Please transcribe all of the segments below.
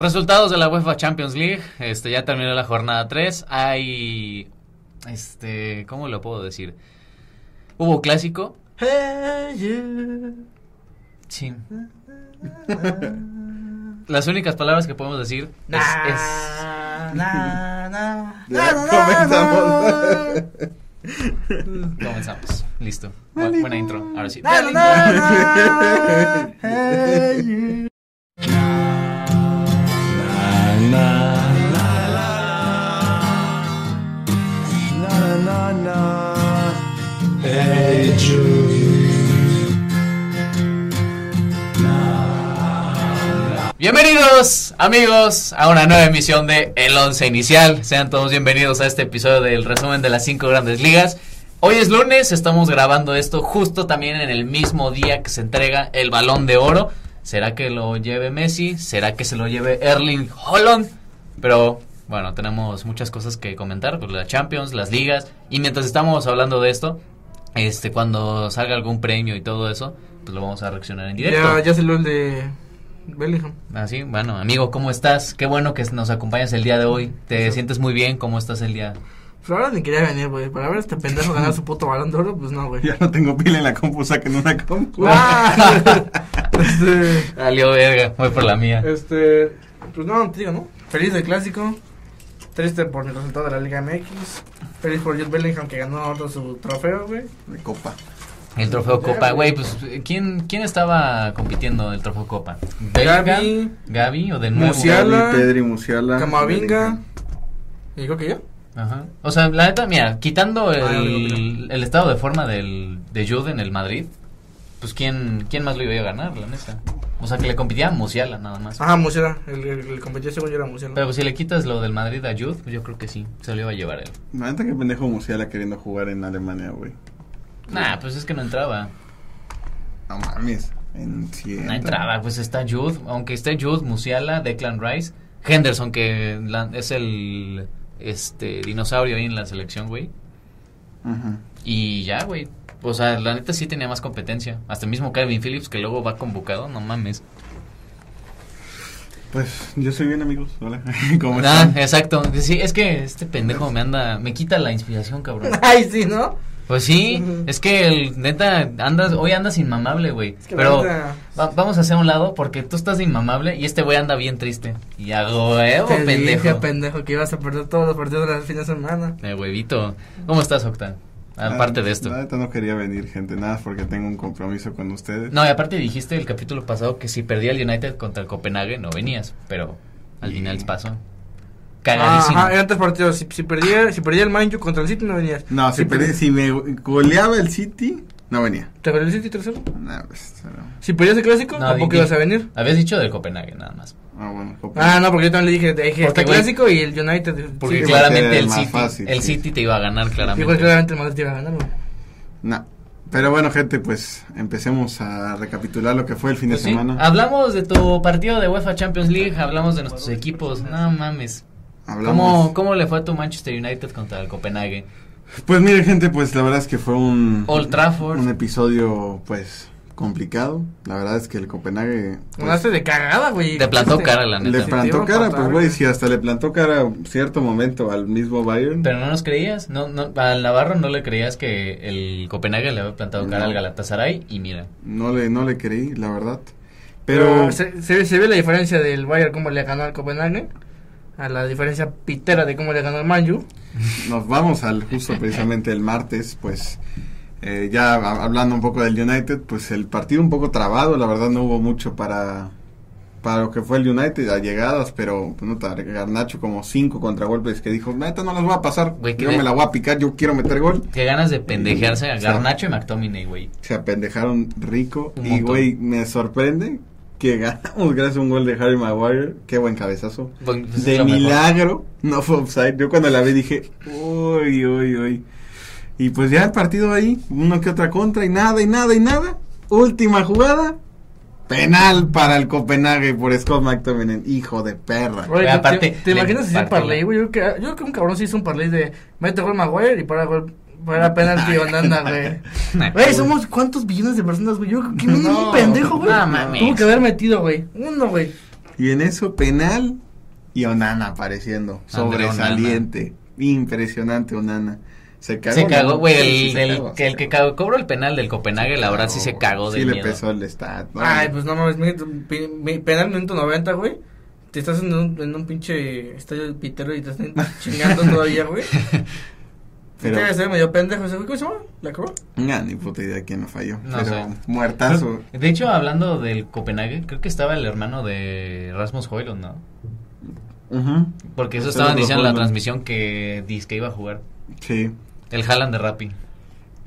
Resultados de la UEFA Champions League. Este ya terminó la jornada 3. Hay este, ¿cómo lo puedo decir? Hubo clásico. Sí. Las únicas palabras que podemos decir es, es- Ya comenzamos. comenzamos. Listo. Bu- buena intro. Ahora sí. Bienvenidos, amigos, a una nueva emisión de El Once Inicial. Sean todos bienvenidos a este episodio del resumen de las cinco grandes ligas. Hoy es lunes, estamos grabando esto justo también en el mismo día que se entrega el balón de oro. ¿Será que lo lleve Messi? ¿Será que se lo lleve Erling Holland? Pero bueno, tenemos muchas cosas que comentar, pues la Champions, las ligas. Y mientras estamos hablando de esto, este, cuando salga algún premio y todo eso, pues lo vamos a reaccionar en directo. Ya, ya salió el de Bellingham. Así, Ah, bueno, amigo, ¿cómo estás? Qué bueno que nos acompañas el día de hoy. ¿Te Sí. sientes muy bien? ¿Cómo estás el día? Pero ahora ni quería venir, güey. Para ver a este pendejo ganar su puto balón de oro, pues no, güey. Ya no tengo pila en la compu, saquen una compu. Ah, este, Salió verga, voy por la mía. este, pues no, te digo, ¿no? Feliz del clásico. Triste por el resultado de la Liga MX. Feliz por Jude Bellingham que ganó otro su trofeo, güey. De copa. El trofeo Ya, Copa, güey, güey. pues ¿quién, quién estaba compitiendo el trofeo Copa? ¿Bellingham? Gaby, Gaby o de nuevo? Musiala. Gaby, Pedri, Musiala. Camavinga. Y creo que yo. Ajá. O sea, la neta, mira, quitando Ah, ya lo el, el estado de forma del, de Jude en el Madrid, pues ¿quién, quién más lo iba a ganar, la neta? O sea, que le competía a Musiala nada más. Ajá, Musiala. El, el, el competidor según yo era Musiala. Pero pues, si le quitas lo del Madrid a Jude, pues, yo creo que sí, se lo iba a llevar él. La neta que pendejo Musiala queriendo jugar en Alemania, güey. Nah, pues es que no entraba. No mames. En cien. No entraba, pues está Jude, aunque esté Jude, Musiala, Declan Rice, Henderson, que la- es el este dinosaurio ahí en la selección, güey. Ajá. Y ya, güey. O sea, la neta sí tenía más competencia. Hasta el mismo Calvin Phillips, que luego va convocado, no mames. Pues yo soy bien, amigos. Hola. ¿Cómo Ah, están? exacto. Sí, es que este pendejo me anda, me quita la inspiración, cabrón. Ay, sí, ¿no? Pues sí, Ujú. es que el neta, andas, hoy andas inmamable, güey. Es que Pero ahorita- va- vamos a hacer un lado porque tú estás de inmamable y este güey anda bien triste. Y a huevo, Te pendejo. dije, pendejo, que ibas a perder todos los partidos de la fin de semana. Eh, huevito. ¿Cómo estás, Octa? Aparte Ah, de esto. La neta no quería venir, gente. Nada, más porque tengo un compromiso con ustedes. No, y aparte dijiste el capítulo pasado que si perdía el United contra el Copenhague no venías, pero al Y- final pasó. Cagadísimo. Ajá, eran tres partidos. Si, si perdía, si perdía el Man U contra el City, no venías. No, si, perdí- si me goleaba el City, no venía. ¿Te perdió el City tercero? Nah, pues, pero- Si perdías el clásico, No, tampoco di- di- ibas a venir. Habías dicho del Copenhague nada más. Ah, bueno. copa. Ah, no, porque yo también le dije, te dije Porque, este güey, clásico y el United. Porque Sí, sí, porque claramente era el más City, fácil, el sí. City te iba a ganar claramente. claramente. Igual claramente el Madrid te iba a ganar, güey. No. Pero bueno, gente, pues empecemos a recapitular lo que fue el fin Pues de sí, semana. Hablamos de tu partido de UEFA Champions League, hablamos de nuestros equipos. No mames. Hablamos. ¿Cómo, ¿Cómo le fue a tu Manchester United contra el Copenhague? Pues miren gente, pues la verdad es que fue un Old Trafford. un episodio pues complicado. La verdad es que el Copenhague pues, Ganaste de cagada, güey. Te plantó Este, cara, este la neta. le Sí, plantó tío, cara, fatal, pues güey, güey. si hasta le plantó cara a cierto momento al mismo Bayern. Pero no nos creías, no, no, al Navarro no le creías que el Copenhague le había plantado cara No. al Galatasaray y mira. No le no le creí, la verdad. Pero Pero se, se, ve- se ve la diferencia del Bayern, cómo le ganó al Copenhague, a la diferencia pitera de cómo le ganó al Man U. nos vamos al justo precisamente el martes, pues eh, ya ha- hablando un poco del United, pues el partido un poco trabado, la verdad no hubo mucho para para lo que fue el United a llegadas, pero pues, nota, Garnacho como cinco contragolpes que dijo, neta no las voy a pasar, Güey, que yo de- me la voy a picar, yo quiero meter gol. Qué ganas de pendejearse a Sí. Garnacho y McTominay, güey. Se apendejaron rico Un y montón. güey, me sorprende que ganamos gracias a un gol de Harry Maguire, qué buen cabezazo. Bueno, pues, es De lo mejor. milagro, no fue offside. Yo cuando la vi dije, uy, uy, uy. Y pues ya el partido ahí, uno que otra contra y nada, y nada, y nada. Última jugada, penal para el Copenhague por Scott McTominay, hijo de perra. Oye, Pero ¿te- aparte, ¿te, te le imaginas hacer partió. parlay, güey? Yo creo, que, yo creo que un cabrón se hizo un parlay de mete gol Maguire y para gol para penalti o nada, güey. Nah. Güey, somos cuántos billones de personas, güey. Yo creo que un No, pendejo, güey. no mames. Tuvo que haber metido, güey. Uno, güey. Y en eso penal y Onana apareciendo, André Onana. sobresaliente, impresionante Onana. Se cagó. Se ¿no? cagó, güey, Sí, el, se del- cagó, que se el que cagó. cagó- cobró el penal del Copenhague, la verdad sí se cagó de Sí le miedo. pesó el stat. ¿no? Ay, pues no mames, mira, tu pi- mi- penal minuto 90, güey. Te estás en un, en un pinche estadio pitero y te están chingando todavía, güey. Pero- Pero... Te ser medio pendejo ese güey. ¿Cómo se llama? ¿La cobró? Nah, ni puta idea quién lo falló. No pero sé. muertazo. Creo- de hecho, hablando del Copenhague, creo que estaba el hermano de Rasmus Hoylund, ¿no? Ujú, Porque eso Pero estaban lo diciendo en la Højlund. transmisión que que iba a jugar. Sí. El Haaland de Rappi.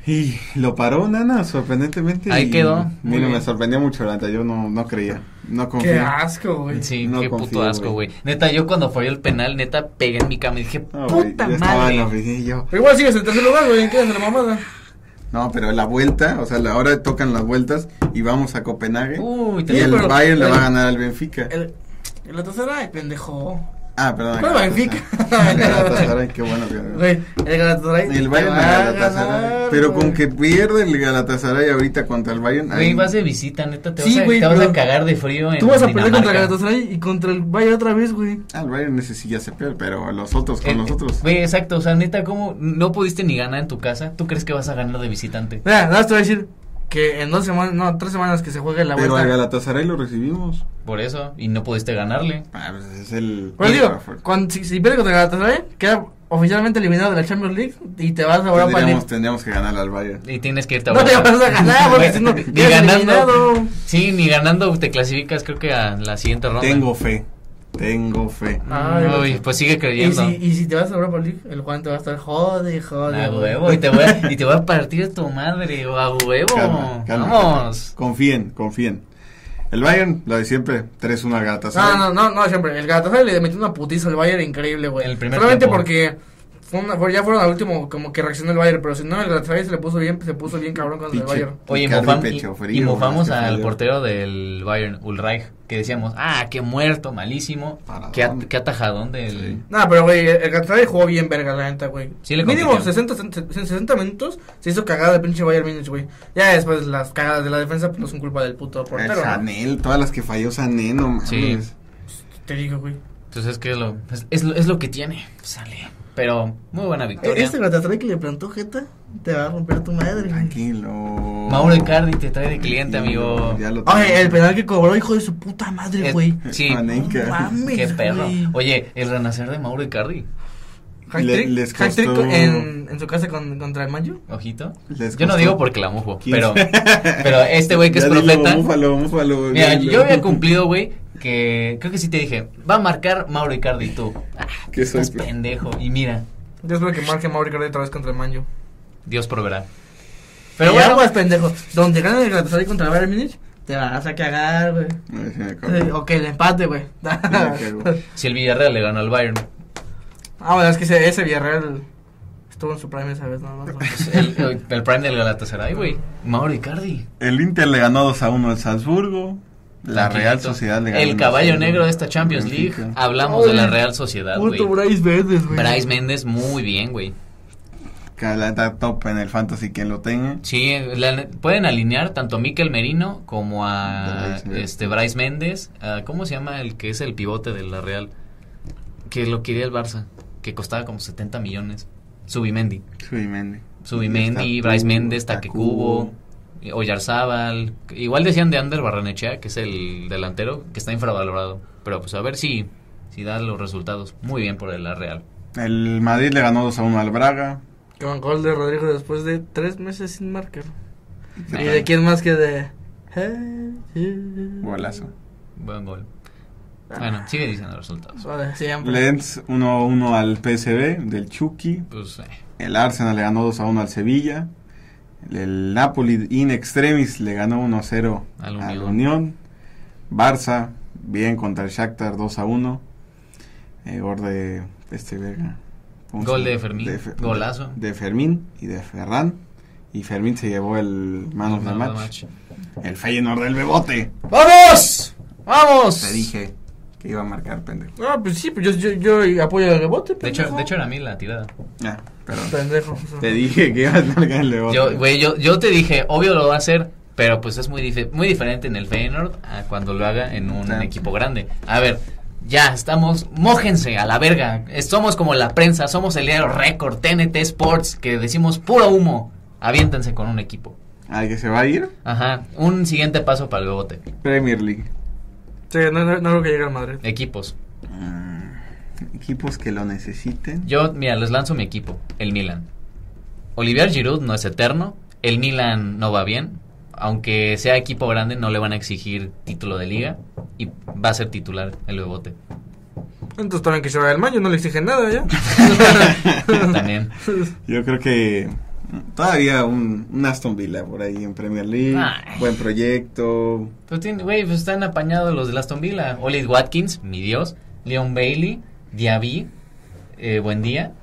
Y lo paró Nana, sorprendentemente. Ahí y- quedó. Muy Mira, me bien. sorprendió mucho, la neta, yo no, no creía. No Qué confía. asco, güey. Sí, No qué confío, puto asco, güey. güey. Neta, yo cuando falló el penal, neta, pegué en mi cama y dije, puta yo estaba en la madre. oficina y yo, Pero igual sigues en tercer lugar, güey. Quedas en la mamada. No, pero la vuelta, o sea, la- ahora tocan las vueltas y vamos a Copenhague. Uy, y te Sí, el pero- Bayern le va a pero- ganar al Benfica. El, el Galatasaray, pendejo. ah, perdón. ¿Cuál Galatasaray. Benfica? El Galatasaray, qué bueno que- Güey, el Galatasaray. El Bayern te va al Galatasaray. ganar, pero con güey. que pierde el Galatasaray ahorita contra el Bayern. Güey, ahí- vas de visita, neta, te, Sí, vas, a, güey, te vas pero- a cagar de frío en Tú vas a perder contra el Dinamarca. Galatasaray y contra el Bayern otra vez, güey. Ah, el Bayern ese sí ya se pierde, pero los otros, con Eh, los otros. Güey, exacto, o sea, neta, como no pudiste ni ganar en tu casa, ¿tú crees que vas a ganar de visitante? Mira, nada más te voy a decir que en dos semanas, no, tres semanas que se juegue la pero al vuelta. Galatasaray lo recibimos. Por eso, y no pudiste ganarle. Ah, pues es el. Pues digo, Trafford. cuando, si, si pierde contra el Galatasaray, queda oficialmente eliminado de la Champions League y te vas a Europa Tendríamos, League. tendríamos que ganar al Bayern. Y tienes que irte a No te Europa. vas a ganar, porque Güey, si no, ni quedas ganando. eliminado. Sí, ni ganando te clasificas, creo que a la siguiente ronda. Tengo fe. Tengo fe. Ay, Uy, pues sigue Y creyendo. si, y si te vas a Europa League, el Juan te va a estar jode, jode. A güey. huevo, y te, voy a, y te voy a partir tu madre, o a huevo. Calma, calma. Vamos. Confíen, confíen. El Bayern, lo de siempre, 3-1 al Galatasaray. No, no, no, no, siempre. El Galatasaray le metió una putiza al Bayern increíble, güey. El primer Solamente tiempo. porque fue una- fue- ya fueron al último, como que reaccionó el Bayern. Pero si no, el Galatasaray se le puso bien, se puso bien cabrón contra el Pinche Bayern. Oye, Icardi, mofam- pecho y- frío, y mofamos brazo al frío. portero del Bayern, Ulreich, que decíamos, ah, qué muerto, malísimo, Paradón. qué, at- qué atajadón del... Sí. Nah, pero güey, el Galatasaray jugó bien verga, la neta, güey. Sí le Mínimo compitió. 60, 60 minutos se hizo cagada el pinche Bayern Munich, güey. Ya después las cagadas de la defensa pues, no son culpa del puto El portero. ¿no? Sanel, todas las que falló Sané, no mames. Sí. Te digo, güey. Entonces, ¿qué es lo, es, es lo, es lo que tiene? Sale. Pero, muy buena victoria. Este Galatasaray que le plantó Jeta te va a romper tu madre, güey. Tranquilo. Mauro Icardi te trae de cliente, Tranquilo, amigo. ya lo tengo. Oye, el penal que cobró, hijo de su puta madre, Eh, güey. Sí, Panenka. No mames, qué perro. güey. Oye, el renacer de Mauro Icardi, Hat-trick- Le- les hat-trick costó- en, en su casa con, contra el Manju. ojito. Les Yo no costó digo porque la mufo, 15. pero, pero este güey que es Ya dilo, profeta... Múfalo, múfalo. Mira, dilo. yo había cumplido, güey, que creo que sí te dije, va a marcar Mauro Icardi y tú. Ah, Que soy estás pro- pendejo. Y mira, Yo espero que marque Mauro Icardi otra vez contra el Manju. Dios proveerá. Pero Pero bueno, aguas, pendejo. Donde gane el Galatasaray contra el Bayern Munich, te vas a cagar, güey. Ay, sí, me acuerdo. Eh, O que el empate, güey. me cago. ah, si el Villarreal le ganó al Bayern, pues, bueno, es que ese, ese Villarreal estuvo en su prime esa vez, nada más. güey. pues, el, el- el prime del Galatasaray, güey, Mauro Icardi. El Inter le ganó 2 a 1 al Salzburgo. La Tranquilito. Real Sociedad le ganó. El 1 a caballo 0. negro de esta Champions League. Ah. Benfica. Hablamos de la Real Sociedad, güey. Puto Bryce Verdes, güey. Bryce Méndez, muy bien, güey. Calata top en el fantasy, quien lo tenga. Sí, la- pueden alinear tanto a Mikel Merino como a Bryce Méndez. este Bryce Méndez. a- ¿Cómo se llama el que es el pivote de la Real? Que lo quería el Barça, que costaba como 70 millones. Subimendi. Subimendi. Subimendi, Tacubo, Bryce Méndez, Tacubo. Taquecubo, Oyarzábal. eh, Igual decían de Ander Barrenechea, que es el delantero, que está infravalorado. Pero pues a ver si, si da los resultados. Muy bien por la Real. El Madrid le ganó 2 a 1 al Braga. Con gol de Rodrigo después de tres meses sin marcar. ¿Y Ajá. de quién más que de.? eh, Golazo. Buen gol. Bueno, sigue diciendo los resultados. Suave, siempre. Lens 1 a 1 al PSV del Chucky. Pues eh, El Arsenal le ganó 2 a 1 al Sevilla. El Napoli in extremis le ganó 1 a 0 Al al Unión. Unión. Barça, bien contra el Shakhtar 2 a 1. Eh, gol de este verga. ¿Cómo se Gol llama? de Fermín, Fer- golazo. De Fermín y de Ferran. Y Fermín se llevó el man of the no, no match. match. El Feyenoord del Bebote. ¡Vamos! ¡Vamos! Te dije que iba a marcar, pendejo. Ah, pues sí, pues yo, yo, yo apoyo el rebote. De hecho, de hecho era a mí la tirada. Ah, perdón. pendejo. o sea. Te dije que ibas a marcar el Bebote. Yo, güey, yo, yo te dije, obvio lo va a hacer. Pero pues es muy, dif- muy diferente en el Feyenoord a cuando lo haga en un Claro. equipo grande. A ver, ya estamos, mójense a la verga. Es- Somos como la prensa, somos el diario récord, TNT Sports, que decimos puro humo. Aviéntense con un equipo. Al que se va a ir, Ajá, un siguiente paso para el bote. Premier League. Sí, no, no, no creo que llegue al Madrid. Equipos. Mm, equipos que lo necesiten. Yo, mira, les lanzo mi equipo, el Milan. Olivier Giroud no es eterno, el Milan no va bien, aunque sea equipo grande no le van a exigir título de liga y va a ser titular el bebote. Entonces también que se vaya al Mayo, no le exigen nada ya. También. Yo creo que mm, todavía un, un Aston Villa por ahí en Premier League. Ay. Buen proyecto. Pues tiene- güey, pues están apañados los de Aston Villa. Oli Watkins, mi dios, Leon Bailey, Diaby, eh, buen día.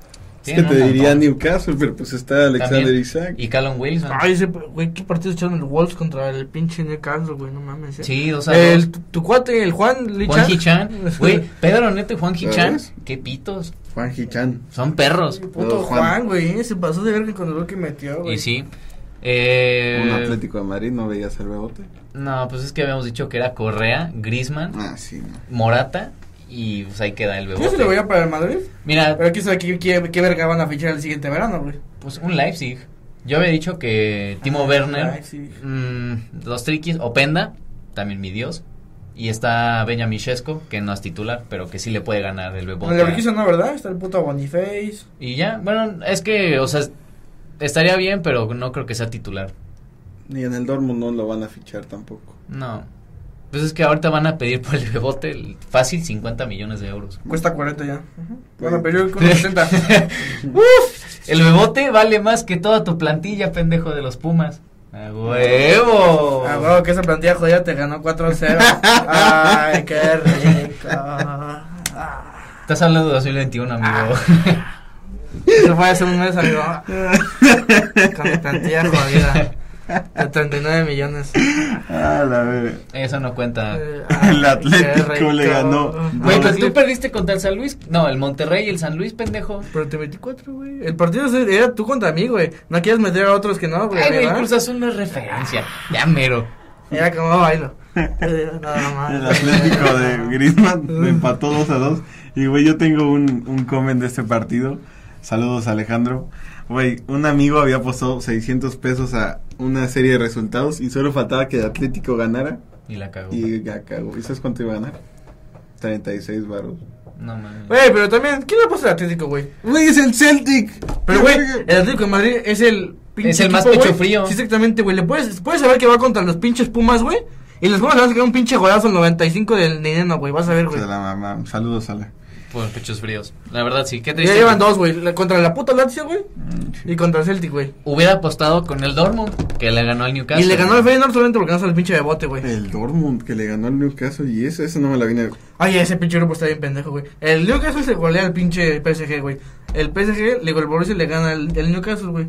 Es que te diría Newcastle, pero pues está Alexander Isaac. Y Callum Wilson. Ay, ese, güey, qué partido echaron el Wolves contra el pinche Newcastle, güey, no mames. eh. Sí, o sea, El, tu, tu cuate, el Juan Lichan. Juan Hichan. Güey, Pedro Neto y Juan Hichan. ¿Sabes? Qué pitos. Juan Gichan. Son perros. Puto Oh, Juan. Juan, güey, se pasó de verga con el gol que metió, güey. Y sí. Eh, Un Atlético de Madrid, ¿no veías el rebote? No, pues es que habíamos dicho que era Correa, Grisman, Ah, sí, no. Morata y pues ahí queda el Yo sí le voy bebote. a para el Madrid. Mira, Pero quién sabe qué, qué, qué verga van a fichar el siguiente verano, güey. pues un Leipzig. Yo había dicho que Timo Ah, Werner, Ay, sí. mm, los triquis, Openda, también mi dios. Y está Benjamin Shesco, que no es titular, pero que sí le puede ganar el Con el bebote. Leverkusen no, ¿verdad? Está el puto Boniface. Y ya, bueno, es que, o sea, estaría bien, pero no creo que sea titular. Ni en el Dortmund no lo van a fichar tampoco. No. Pues es que ahorita van a pedir por el bebote el fácil 50 millones de euros. Cuesta 40 ya. Ujú. Bueno, Güey. pero yo con 60. Uf, el bebote vale más que toda tu plantilla, pendejo de los Pumas. ¡A huevo! Ah, huevo, que esa plantilla jodida te ganó 4-0. Ay, qué rico. Ah. Estás hablando de 2021, amigo. Eso fue hace un mes, amigo. Con la plantilla jodida. De 39 millones. Ah, la verga. Eso no cuenta. Eh, El ay, Atlético qué rico. pues le ganó. Güey, No, pero tú perdiste contra el San Luis. No, el Monterrey y el San Luis, pendejo. Pero te metí cuatro, güey. El partido ese era tú contra mí, güey. No quieres meter a otros que no, güey. Ay, güey, ¿verdad? Cruz Azul no es referencia. Ya mero. Era como "Oh, bailo. Eh, Nada más. El Atlético de Griezmann me empató 2 a 2. Y, güey, yo tengo un, un comment de este partido. Saludos, Alejandro. Güey, un amigo había apostado 600 pesos a una serie de resultados y solo faltaba que el Atlético ganara. Y la cagó. Y ya cagó. ¿Y sabes cuánto iba a ganar? 36 baros. No mames. Güey, pero también, ¿quién le puso al Atlético, güey? Güey, es el Celtic. Pero, Qué güey, verga. el Atlético de Madrid es el Es el más equipo, pecho güey. frío. Sí, exactamente, güey. Le puedes, puedes saber que va contra los pinches Pumas, güey. Y los Pumas le van a sacar un pinche golazo al 95 del Nineno, güey. Vas a ver, güey. De la mamá. Saludos, Ale. Por pechos fríos. La verdad, sí. ¿Qué te Ya llevan dos, güey. La- Contra la puta Lazio, güey. Y Mm, contra el Celtic, güey. Hubiera apostado con el Dortmund, que le ganó al Newcastle. Y le ganó el Feyenoord solamente porque no sale el pinche de bote, güey. El Dortmund que le ganó al Newcastle y eso, eso no me la vine a... Ay, ese pinche grupo está bien pendejo, güey. El Newcastle se golea al pinche PSG, güey. El PSG, le el Borussia le gana al el Newcastle, güey.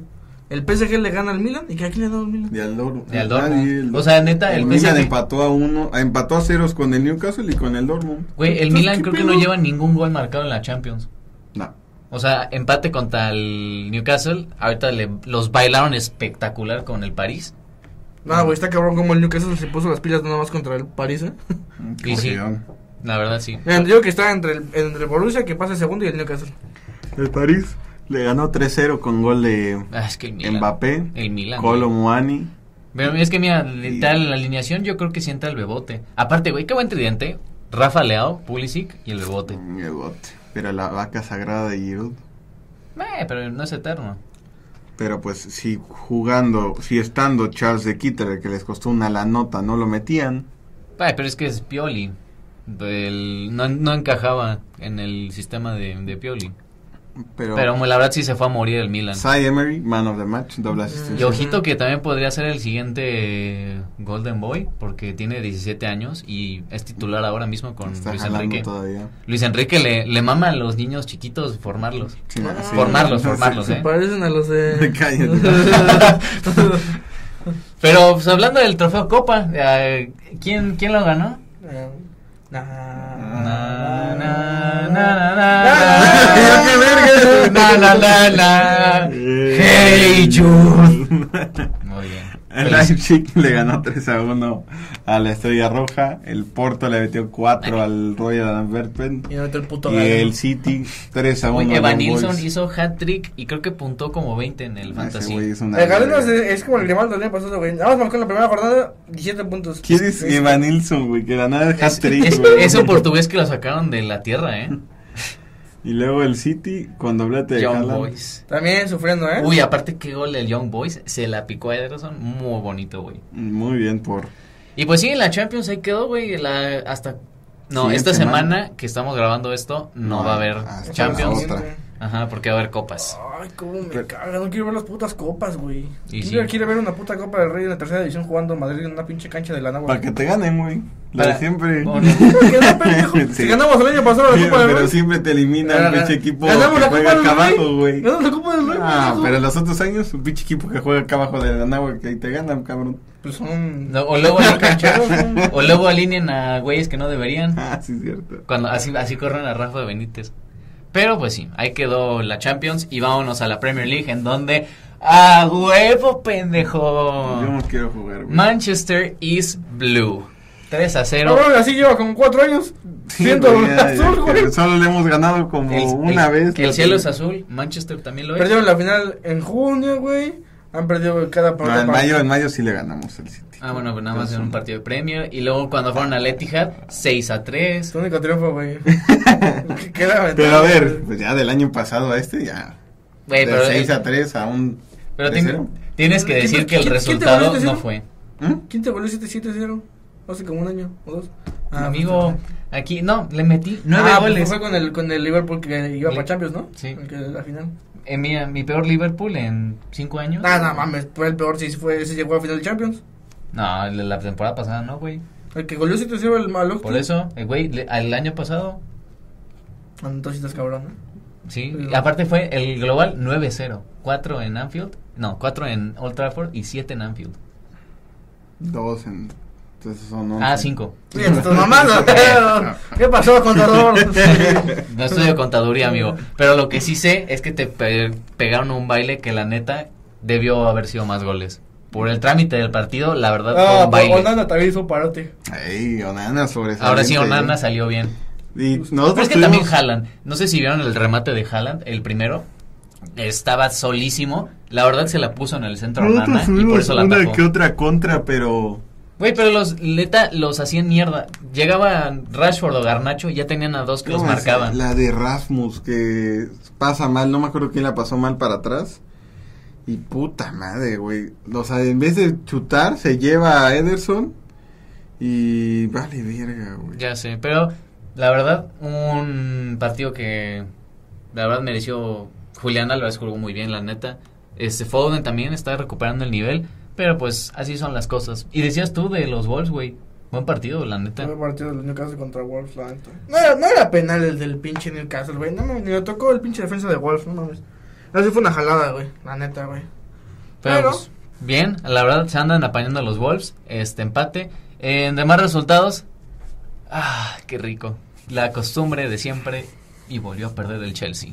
El PSG le gana al Milan. ¿Y que aquí le ha dado al Milan? Y al Dortmund. Y al Ah, Dortmund. y el- O sea, neta, el Milan PSG. empató a uno, a- empató a ceros con el Newcastle y con el Dortmund. Güey, el Entonces, Milan ¿qué creo que pedo? no lleva ningún gol marcado en la Champions. No. O sea, empate contra el Newcastle. Ahorita le- los bailaron espectacular con el París. No, güey, está cabrón como el Newcastle se puso las pilas nada más contra el París, ¿eh? Y sí. Cogión. La verdad, sí. Mira, digo que está entre el, entre el Borussia, que pasa segundo, y el Newcastle. El París le ganó 3-0 con gol de Ah, es que el Milan. Mbappé, El Milan. güey. Colo Muani. Pero es que mira, le- tal la alineación yo creo que sienta el bebote. Aparte, güey, qué buen tridente. Rafa Leao, Pulisic y el bebote. Mm, el bote. Pero la vaca sagrada de Giroud. Eh, pero no es eterno. Pero pues si jugando, si estando Charles de Kitter, que les costó una la nota, no lo metían. Ay, Eh, pero es que es Pioli. El- no, no encajaba en el sistema de, de Pioli. Pero, Pero la verdad sí se fue a morir el Milan. Cy Emery, man of the match, doble asistencia. Y ojito que también podría ser el siguiente Golden Boy, porque tiene 17 años y es titular ahora mismo con Está Luis jalando Enrique. todavía. Luis Enrique le, le mama a los niños chiquitos formarlos. Sí, Ah, sí. Formarlos, Sí, formarlos, sí. ¿eh? Parecen a los de... Cállate. Pero pues, hablando del trofeo Copa, eh, ¿quién, ¿quién lo ganó? Na, Na, na, na, na, na, na, na. ¡Qué verga! Na, na, na, na. Hey, Jude. Muy bien. El Leipzig le ganó 3 a 1 a la Estrella Roja. El Porto le metió 4 al Royal Antwerpen. Y no metió el puto Y gallo. el City 3 a 1 Oye, a Evan los Nilsson Wolves. hizo hat-trick y creo que puntó como 20 en el Ese Fantasy. güey es una El Galeno es, verga. es como el Grimaldo del año pasado, güey. Nada más marcó en la primera jornada 17 puntos. ¿Quién es Evan Nilsson, güey? Que ganó el hat-trick, Es, güey. es un portugués que lo sacaron de la tierra, ¿eh? Y luego el City con doblete de Young Haaland. Boys. También sufriendo, ¿eh? Uy, aparte, qué gol del Young Boys. Se la picó a Ederson. Muy bonito, güey. Muy bien por... Y pues sí, en la Champions ahí quedó, güey. la- Hasta. No, Siguiente esta semana. semana. que estamos grabando esto, no, No, Ah, va a haber hasta Champions. la otra. Ajá, porque va a haber copas. Ay, cómo me Pero- caga. No quiero ver las putas copas, güey. Y ¿Quién sí. quiere- quiere ver una puta Copa del Rey en la tercera división jugando en Madrid en una pinche cancha de la nagua? Para que te ganen, güey. Lo Para- de siempre. No, no. ¿Qué no, pendejo? Sí. Si ganamos el año pasado la Pero, Copa del pero Rey. siempre te eliminan Ahora un pinche gan- equipo que ganamos la juega Copa del acá Rey. abajo, güey. Ganamos la Copa del Rey. Ah, pendejo. pero en los otros años, un pinche equipo que juega acá abajo de la nagua que ahí te ganan, cabrón. Pues son. No, o, luego, cancheros, ¿no? o luego alinean a güeyes que no deberían. Ah, sí, es cierto. Cuando así, así corren a Rafa Benítez. Pero pues sí, ahí quedó la Champions y vámonos a la Premier League en donde a huevo pendejo. Yo no quiero jugar, güey. Manchester is blue. 3 a 0. Cabrón, así lleva como 4 años. Sí, Siento güey, ya, ya, azul, que güey. Solo le hemos ganado como El- una el- vez. pues, que el la- cielo es azul, Manchester también lo es. Perdieron la final en junio, güey. Han perdido cada No, en partido. mayo, en mayo sí le ganamos el City. Ah, bueno, pues nada más en un Entonces, partido de premio. Y luego cuando fueron al Etihad, 6 a 3. Su único triunfo, güey. Que queda ventaja, Pero a ver, güey. pues ya del año pasado a este, ya. Güey, de pero 6 a 3 a un. pero de tien- cero. tienes que ¿Quién- decir que quién- el quién te resultado ganó este no cero? fue. ¿Mm? ¿Quién te volvió 7-7-0? Hace como un año o dos. Ah, Amigo, aquí, no, le metí No, 9 goles. Ah, pues, Fue con el, con el Liverpool que iba Le- para Champions, ¿no? Sí. El que, la final. En mi, mi peor Liverpool en 5 años. Nada, Ah, no, mames, fue el peor si fue, si llegó a final de Champions. No, la- la temporada pasada no, güey. El que goleó 7-0 el malo. Por eso, eh, güey, le- al año pasado, Entonces estás cabrón, Ah, ¿no? sí. Sí. y Aparte fue el global 9-0. 4 en Anfield, no, 4 en Old Trafford y 7 en Anfield. Dos en. Entonces son once. Ah, 5. Bien, tus mamadas. ¿Qué pasó, contador? No estudio contaduría, amigo. Pero lo que sí sé es que te pe- pegaron un baile que la neta debió haber sido más goles. Por el trámite del partido, la verdad fue Ah, un pues, baile. Onana también hizo un parote. Ey, Onana ¿eh? sobre Ahora sí, Onana salió bien. Y Pues, Pero nosotros es que tuvimos- también Haaland. No sé si vieron el remate de Haaland, el primero. Estaba solísimo. La verdad se la puso en el centro a Nosotros Onana ¿eh? y por tuvimos eso la una atajó. que otra contra, pero. Güey, pero los Leta los hacían mierda. Llegaban Rashford o Garnacho y ya tenían a dos que los ¿Cómo es? marcaban. La de Rasmus, que pasa mal, no me acuerdo quién la pasó mal para atrás. Y puta madre, güey. O sea, en vez de chutar, se lleva a Ederson. Y vale, verga, güey. Ya sé, pero la verdad, un partido que la verdad mereció Julián Álvarez jugó muy bien, la neta. Este Foden también está recuperando el nivel, pero pues así son las cosas. Y decías tú de los Wolves, güey. Buen partido, la neta. Fue el partido del Newcastle contra Wolves, la neta. No era, no era penal el del pinche Newcastle, güey. No mames, ni lo tocó el pinche defensa de Wolves, no mames. No, sí fue una jalada, güey. La neta, güey. Pero, Pero- pues, bien, la verdad se andan apañando los Wolves, este empate. En demás resultados, ah, qué rico. La costumbre de siempre y volvió a perder el Chelsea.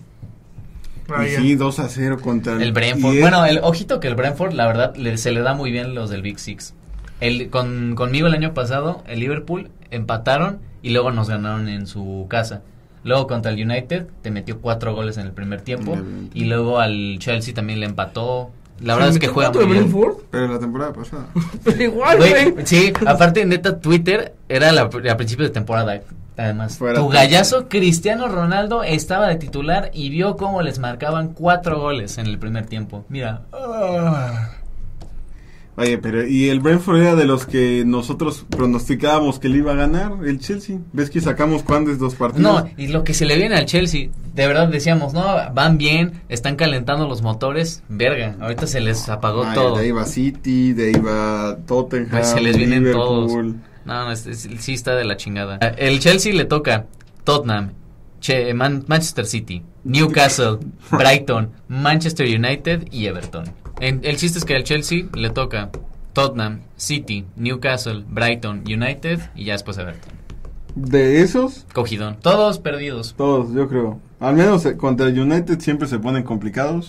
Y sí, 2 a 0 contra El Brentford. y es- Bueno, el ojito que el Brentford, la verdad, le- se le da muy bien los del Big Six. El, con, conmigo el año pasado, el Liverpool empataron y luego nos ganaron en su casa. Luego contra el United te metió cuatro goles en el primer tiempo Obviamente. y luego al Chelsea también le empató. La Se verdad es metió que juega cuatro muy de bien. Brentford, Pero la temporada pasada. Pero igual, Güey, güey. sí, aparte neta Twitter era la, a principios de temporada. Además, Fuera tu Twitter. gallazo Cristiano Ronaldo estaba de titular y vio cómo les marcaban cuatro goles en el primer tiempo. Mira, Ah. Oye, pero y el Brentford era de los que nosotros pronosticábamos que le iba a ganar el Chelsea. ¿Ves que sacamos cuándo dos partidos? No, y lo que se le viene al Chelsea, de verdad decíamos, no, van bien, están calentando los motores, verga, ahorita se les apagó Ah, todo. De ahí va City, de ahí va Tottenham, Pues se les vienen Liverpool. todos. No, no, es- es- sí está de la chingada. Ah, El Chelsea le toca Tottenham, Che- Man- Manchester City, Newcastle, Brighton, Manchester United y Everton. En- el chiste es que al Chelsea le toca Tottenham, City, Newcastle, Brighton, United y ya después Everton. De esos, Cogidón. Todos perdidos. todos, yo creo. Al menos eh, contra el United siempre se ponen complicados.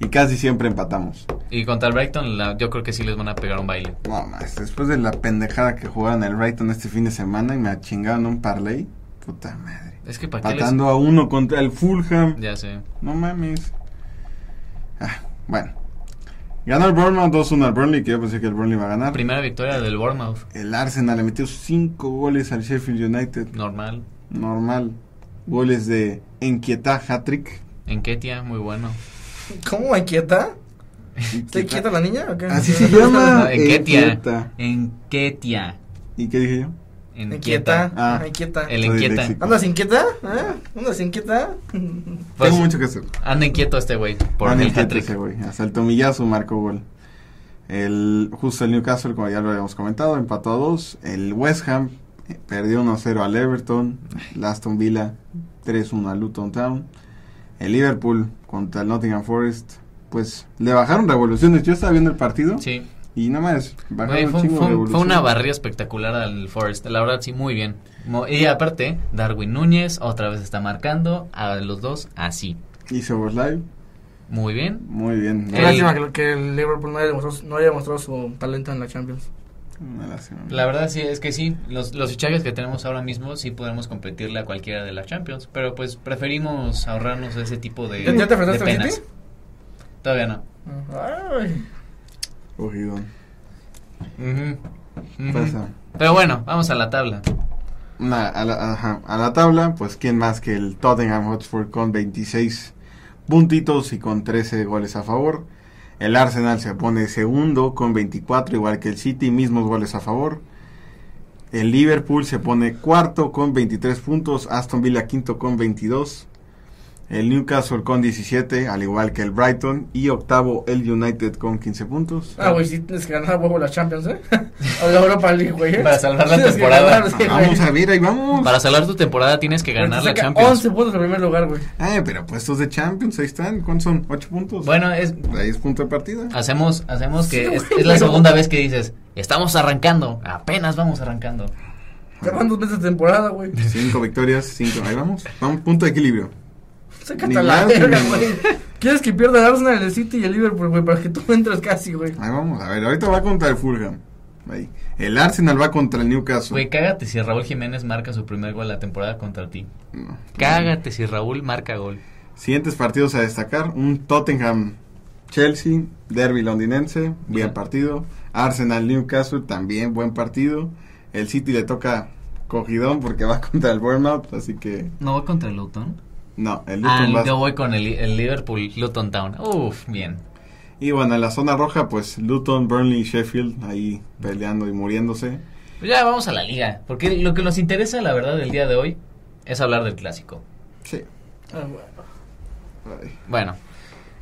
y casi siempre empatamos. Y contra el Brighton, la- yo creo que sí les van a pegar un baile. No más, después de la pendejada que jugaron el Brighton este fin de semana y me chingaron un parlay, puta madre. Es que para qué les... Patando a uno contra el Fulham. Ya sé. No mames. Ah, bueno. Ganó el Bournemouth 2-1 al Burnley, que yo pensé que el Burnley iba a ganar. Primera victoria del Bournemouth. El Arsenal le metió 5 goles al Sheffield United. Normal. Normal. Goles de Enquieta Hattrick. En Ketia, muy bueno. ¿Cómo me quieta? ¿Está inquieta la niña o qué? Así se llama. En Ketia. Enquieta. En Ketia. ¿Y qué dije yo? En Inquieta. Ah. Ah, inquieta. El Soy Enquieta. disléxico. ¿Andas inquieta? ¿Eh? ¿Andas inquieta? Pues, Tengo mucho que hacer. Anda inquieto este güey. Por Van el Enquieta hat-trick. ese güey. Hasta el tomillazo marcó gol. El, justo el Newcastle, como ya lo habíamos comentado, empató a 2. El West Ham eh, perdió 1-0 al Everton. El Aston Villa 3-1 al Luton Town. El Liverpool contra el Nottingham Forest. Pues le bajaron revoluciones. Yo estaba viendo el partido Sí. y nada más. Bajaron Güey, un fue, un- fue un- chingo de fue una revoluciones. barrida espectacular al Forest. La verdad, sí, muy bien. Mo- Y aparte, Darwin Núñez otra vez está marcando a los dos así. Hizo Boslai. Muy bien. Muy bien. El- Lástima que, lo- que el Liverpool no haya, demostrado, no haya demostrado su talento en la Champions. Una lástima. La verdad, sí, es que sí. Los, los fichajes que tenemos ahora mismo, sí podemos competirle a cualquiera de las Champions. Pero pues preferimos ahorrarnos ese tipo de, ¿Ya te enfrentaste de al City? penas. Todavía no. Ay. Ojidón. Ujú. Ujú. Pasa. Pero bueno, vamos a la tabla. Una- a, Pues, ah, la, ajá, a la tabla, pues quién más que el Tottenham Hotspur con 26 puntitos y con 13 goles a favor. El Arsenal se pone segundo con 24, igual que el City, mismos goles a favor. El Liverpool se pone cuarto con 23 puntos, Aston Villa quinto con 22. El Newcastle con 17, al igual que el Brighton. Y octavo el United con 15 puntos. Ah, güey, sí tienes que ganar a huevo la Champions, ¿eh? O la Europa League, güey. ¿eh? Para salvar la Tienes que temporada. ganar, sí, güey. Vamos a ver, ahí vamos. Para salvar tu temporada tienes que ganar Te la saca Champions. 11 puntos en primer lugar, güey. Ah, pero puestos de Champions, ahí están. ¿Cuántos son? ¿8 puntos? Bueno, Ah. es, Ahí es punto de partida. Hacemos, hacemos que Sí, es, güey, es la pero- segunda vez que dices, estamos arrancando, apenas vamos arrancando. Te van dos meses de temporada, güey. Cinco victorias, cinco. Ahí vamos. Vamos, punto de equilibrio. Sácate Ni a la más ni verga, menos. güey. Quieres que pierda el Arsenal, el City y el Liverpool, güey, para que tú entres casi, güey. Ahí vamos. A ver, ahorita va contra el Fulham. Ahí. El Arsenal va contra el Newcastle. Güey, cágate si Raúl Jiménez marca su primer gol la temporada contra ti. No. Cágate si Raúl marca gol. Siguientes partidos a destacar: un Tottenham. Chelsea, Derby londinense, bien Ya. partido. Arsenal Newcastle, también buen partido. El City le toca cogidón porque va contra el Bournemouth, así que ¿No voy contra el Luton? no, el Ah, Luton va- yo voy con el, el Liverpool, Luton Town. Uf, bien. Y bueno, en la zona roja, pues Luton, Burnley y Sheffield ahí peleando y muriéndose. Pues ya vamos a la liga, porque lo que nos interesa, la verdad, el día de hoy es hablar del clásico. Sí. Ah, güey. Ay. Bueno,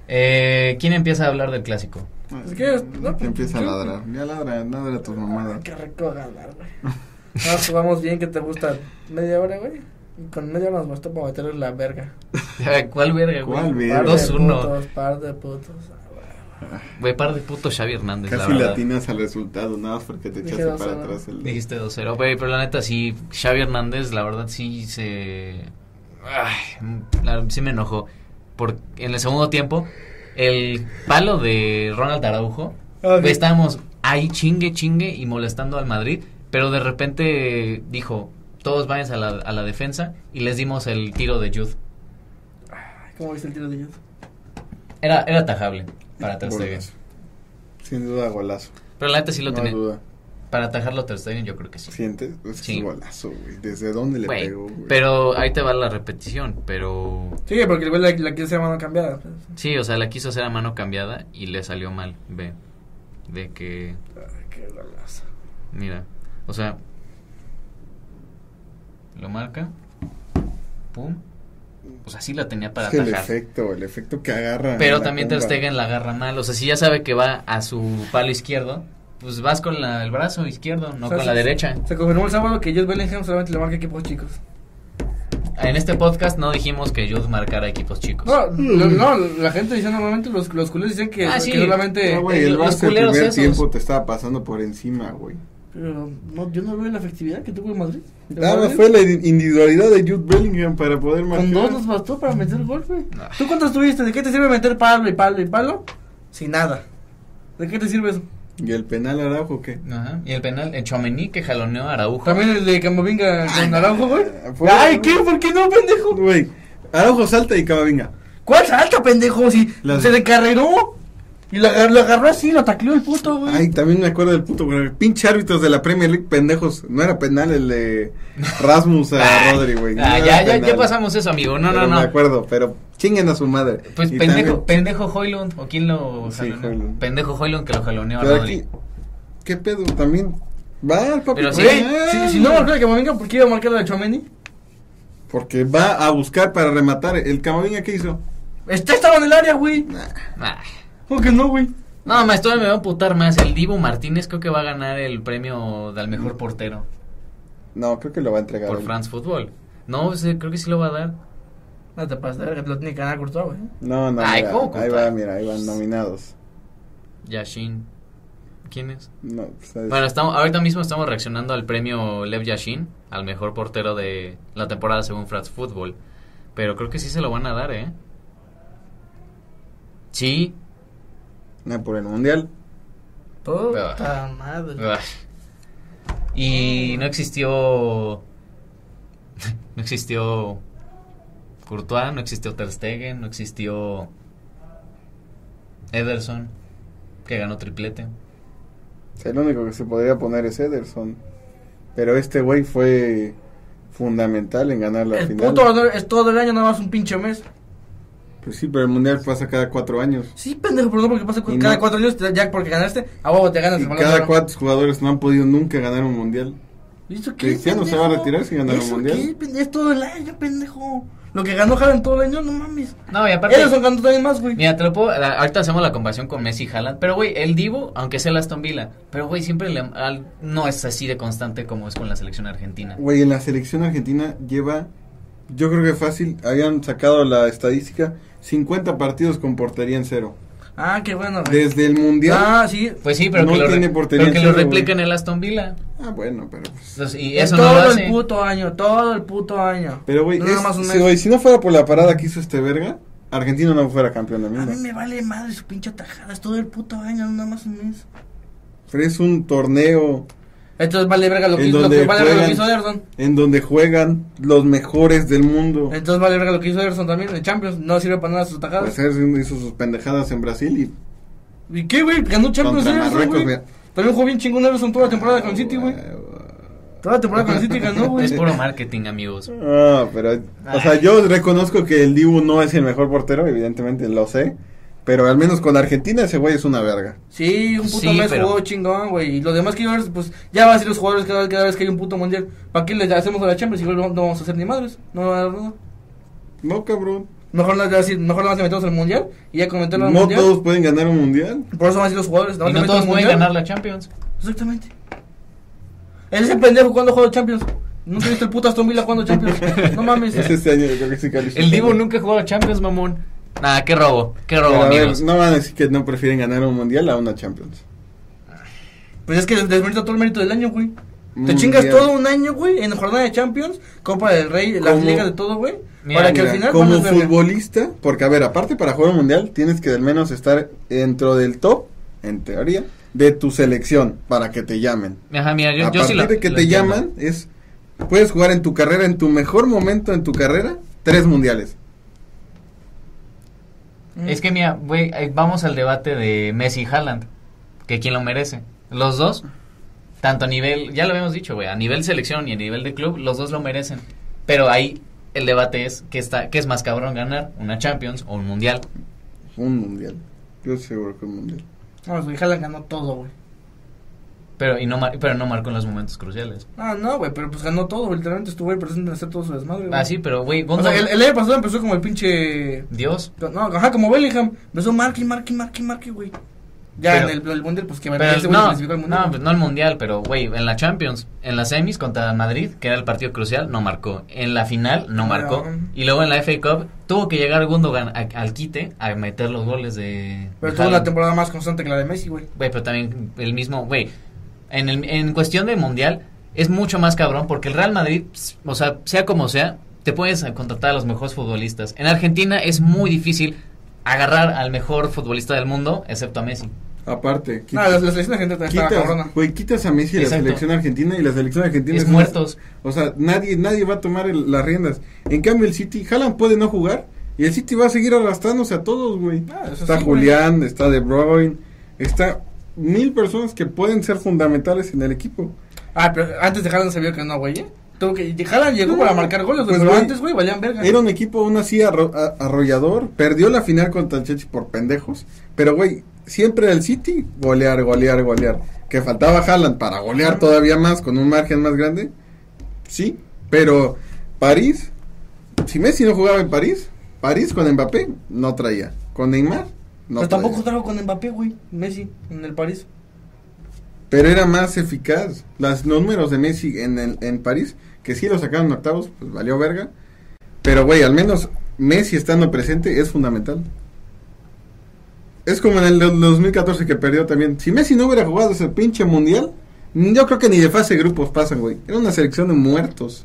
eh, ¿quién empieza a hablar del clásico? Es que- no, pues, Te empieza a yo- Ah, ladrar. Ya ladra, ladra tus mamadas. Qué rico ganar, güey. Nos jugamos bien, que te gusta media hora, güey. Y con media hora nos bastó para meterle la verga. ¿Cuál verga, güey? ¿Cuál verga? Par de 2-1. putos, par de putos. Ah, güey. Güey, par de puto Xavi Hernández, la Casi verdad. latinas al resultado, nada más porque te Dije echaste dos, para ¿no? atrás el. Dijiste 2-0, güey, pero la neta sí, Xavi Hernández, la verdad sí se... Ay, la- sí me enojó. Por, en el segundo tiempo, el palo de Ronald Araujo, Ah, sí. güey, estábamos ahí chingue, chingue y molestando al Madrid, pero de repente dijo, todos vayan a la, a la defensa y les dimos el tiro de Jude. Ay, ¿Cómo viste el tiro de ellos? Era, era tajable para Ter Stegen. Golazo. Sin duda, golazo. Pero la neta sí lo no tenía. duda. Para atajarlo Ter Stegen yo creo que sí. ¿Sientes? Pues, Es Sí. un golazo, güey. ¿Desde dónde le Güey, pegó, güey? pero ahí te va la repetición, pero... Sí, güey, porque el güey la, la quiere hacer mano cambiada. pues. Sí, o sea, la quiso hacer a mano cambiada y le salió mal. Ve. De que, Ay, qué golazo. mira, o sea, lo marca. Pum. O sea, sí la tenía para Es que el atajar. efecto, el efecto que agarra. Pero la también Ter comba. Stegen la agarra mal. O sea, si ya sabe que va a su palo izquierdo, pues vas con la- el brazo izquierdo, no O sea, con sí, la sí. derecha. Se confirmó el sábado que Jude Bellingham solamente le marca equipos chicos. En este podcast no dijimos que Jude marcara equipos chicos. No, no, no, la gente dice normalmente, los, los culeros dicen que, Ah, sí. que solamente... No, güey, Eh, el los Barça el culeros primer esos. tiempo te estaba pasando por encima, güey. Pero no, yo no veo la efectividad que tuvo el Madrid. El Nada más Madrid, fue la individualidad de Jude Bellingham para poder Con dos marcar. nos bastó para meter el gol, güey. ¿Tú cuántos tuviste? ¿De qué te sirve meter palo y palo y palo? Sin nada. ¿De qué te sirve eso? Y el penal Araujo que Ajá. Y el penal, el Chomení que jaloneó a Araujo. También el de Camavinga con Araujo, güey. Ah, fue- Ay, ¿qué? ¿Por qué no, pendejo? Güey, Araujo salta y Camavinga. ¿Cuál salta, pendejo? Si Las- se descarreró. Y lo agarró, lo agarró así, lo tacleó el puto, Pues- güey. Ay, también me acuerdo del puto, güey. Pinche árbitros de la Premier League, pendejos. No era penal el de Rasmus a Ay, Rodri, güey. No ah, era ya, ya, penal. ya pasamos eso, amigo. No, Pero no, Me no. acuerdo, pero chinguen a su madre. Pues Y pendejo, también- pendejo Hoylund, o quién lo Sí, jaloneó? Højlund. Pendejo Hoylund que lo jaloneó a pero Rodri. aquí, ¿qué pedo? También va al papi. Pero sí, Güey, penal. si, si no marcó el Camavinga, ¿por qué iba a marcar a Chomeni? Porque va a buscar para rematar. ¿El Camavinga qué hizo? Este estaba en el área, güey. Ah. ¿Cómo que no, güey? No, más, todavía me va a putar más. El Divo Martínez creo que va a ganar el premio del Mm. mejor portero No, creo que lo va a entregar. por él. France Football. No, sí, creo que sí lo va a dar. No te pases, de verga, te lo tiene que ganar Courtois, güey. No, no, Ay, mira, ¿cómo ahí contar? va, mira, ahí van nominados. Yashin. ¿Quién es? No, pues, es- Bueno, estamos, ahorita mismo estamos reaccionando al premio Lev Yashin, al mejor portero de la temporada según France Football. Pero creo que sí se lo van a dar, ¿eh? Sí. no, por el mundial. Puta madre. Ugh. Y no existió. No existió. Courtois, no existió Ter Stegen, no existió. Ederson, que ganó triplete. O sea, el único que se podría poner es Ederson. Pero este güey fue fundamental en ganar la El final. puto ganador es todo el año, nada más un pinche mes. Pues sí, pero el mundial pasa cada cuatro años. Sí, pendejo, pero no porque pasa cu- Y cada no- cuatro años, te- ya porque ganaste, a huevo te ganas Y el balón de cada oro. cuatro jugadores no han podido nunca ganar un mundial. ¿Y eso qué, Cristiano se va a pendejo? retirar si gana el ¿Eso Mundial. qué, pendejo? es todo el año, pendejo. Lo que ganó Haaland todo el año, no mames. No, y aparte. Ederson ganó también más, güey. Mira, te lo puedo. la- Ahorita hacemos la comparación con Messi y Haaland. Pero, güey, el Divo, aunque sea el Aston Villa. Pero, güey, siempre le- al- no es así de constante como es con la selección argentina. Güey, en la selección argentina lleva, yo creo que fácil, habían sacado la estadística, 50 partidos con portería en cero. Ah, qué bueno, güey. Desde el mundial. Ah, sí. Pues sí, pero No que lo, tiene re- portería pero que lo cero, güey. replica en el Aston Villa. Ah, bueno, pero pues. Entonces, y eso todo no lo el hace. puto año, todo el puto año. Pero, güey, nada es- más un si, mes. güey, si no fuera por la parada que hizo este verga, Argentina no fuera campeón del A mí mundo. me vale madre su pinche tajada, es todo el puto año, nada más un mes. Pero es un torneo Entonces vale verga lo que En hizo, lo donde que vale verga lo que juegan- hizo Ederson. en donde juegan los mejores del mundo. Entonces vale verga lo que hizo Ederson también, de Champions, no sirve para nada sus Pues tajadas. Ederson hizo sus pendejadas en Brasil y ¿Y qué, güey? Ganó Champions contra Ederson, Marruecos. güey. mira. También jugó bien chingón Ederson toda la temporada con City, güey. Toda la temporada con City ganó, güey. Es puro marketing, amigos. Ah, pero, o sea, yo reconozco que el Dibu no es el mejor portero, evidentemente lo sé, pero al menos con Argentina ese güey es una verga. Sí, un puto Sí, mes pero- jugó chingón, güey. Y lo demás que iba a ver, pues ya va a ser los jugadores cada, cada vez que hay un puto mundial. ¿Para qué le hacemos a la Champions? Igual no, no vamos a hacer ni madres. No va a dar nada. No, cabrón. Mejor nada, así- mejor nada más le metemos al mundial y ya comentarlo al No mundial. todos pueden ganar un mundial. Por eso van a ser los jugadores. Y más no le todos metemos al pueden mundial. ganar la Champions. Exactamente. ¿Es ese pendejo cuando juega Champions? ¿Nunca viste el puto Aston Villa jugando Champions? No mames. Es este año, yo creo que sí calificó. El Divo nunca jugó a Champions, mamón. Nada, qué robo, qué Pero, robo, a ver, amigos. no van a decir que no prefieren ganar un mundial a una Champions. Pues es que desmerita todo el mérito del año, güey. Te Mundial. chingas todo un año, güey, en jornada de Champions, Copa del Rey, las Como- ligas de todo, güey. Mira, Para que al Mira, final. como valgas verga. futbolista, porque a ver, aparte para jugar un mundial tienes que al menos estar dentro del top, en teoría, de tu selección para que te llamen. Ajá, mira, yo, a yo partir sí lo- de que lo te entiendo. llaman es puedes jugar en tu carrera en tu mejor momento en tu carrera tres mundiales Mm. Es que, mira, güey, eh, vamos al debate de Messi y Haaland. Que quién lo merece. Los dos, tanto a nivel, ya lo habíamos dicho, güey, a nivel selección y a nivel de club, los dos lo merecen. Pero ahí el debate es que está, que es más cabrón ganar una Champions o un Mundial. un mundial yo seguro que un mundial No, güey, Haaland ganó todo, güey. Pero, y no, mar- pero no marcó en los momentos cruciales. Ah, no, güey, pero pues ganó todo, güey. Literalmente estuvo ahí presente en hacer todo su desmadre, güey. Ah, sí, pero, güey, O Gundogan- sea, el, el año pasado empezó como el pinche. Dios. No, ajá, como Bellingham. Empezó marque, marque, marque, marque, güey. Ya Pero- en el, el mundial, pues que Pero ese güey se no, clasificó al mundial. no, pues no el mundial, pero güey, en la Champions, en las semis contra Madrid, que era el partido crucial, no marcó. En la final no marcó. Pero- Y luego en la FA Cup tuvo que llegar Gundogan a- al quite a meter los goles de. Pero de tuvo Haaland. una temporada más constante que la de Messi, güey. Güey, pero también el mismo, güey. en, el- en cuestión de mundial es mucho más cabrón porque el Real Madrid, ps, o sea, sea como sea, te puedes contratar a los mejores futbolistas. En Argentina es muy difícil agarrar al mejor futbolista del mundo, excepto a Messi. Aparte, No, Ah, la, la selección argentina está quitas, cabrona. güey, quitas a Messi de la Exacto. selección argentina y la selección argentina Es más- muertos. O sea, nadie, nadie va a tomar el- las riendas. En cambio, el City, Haaland puede no jugar y el City va a seguir arrastrándose a todos, güey. Ah, eso está sí, güey. Julián, está De Bruyne, está mil personas que pueden ser fundamentales en el equipo. Ah, pero antes de Haaland se vio que no, güey. ¿eh? Tuvo que. y Haaland llegó para marcar goles, Pues, pero güey, antes, güey, valían verga. Era un equipo aún así arro- a- arrollador. Perdió la final contra el Chelsea por pendejos. Pero, güey, siempre era el City golear, golear, golear. Que faltaba Haaland para golear todavía más con un margen más grande. Sí, pero París, si Messi no jugaba en París, París con Mbappé no traía. Con Neymar no pero pues. traía. tampoco trajo con Mbappé, güey. Messi, en el París. Pero era más eficaz. Las- los números de Messi en, el- en París, que sí lo sacaron en octavos, pues valió verga. Pero, güey, al menos Messi estando presente es fundamental. Es como en el do- 2014 que perdió también. Si Messi no hubiera jugado ese pinche mundial, yo creo que ni de fase de grupos pasan, güey. Era una selección de muertos.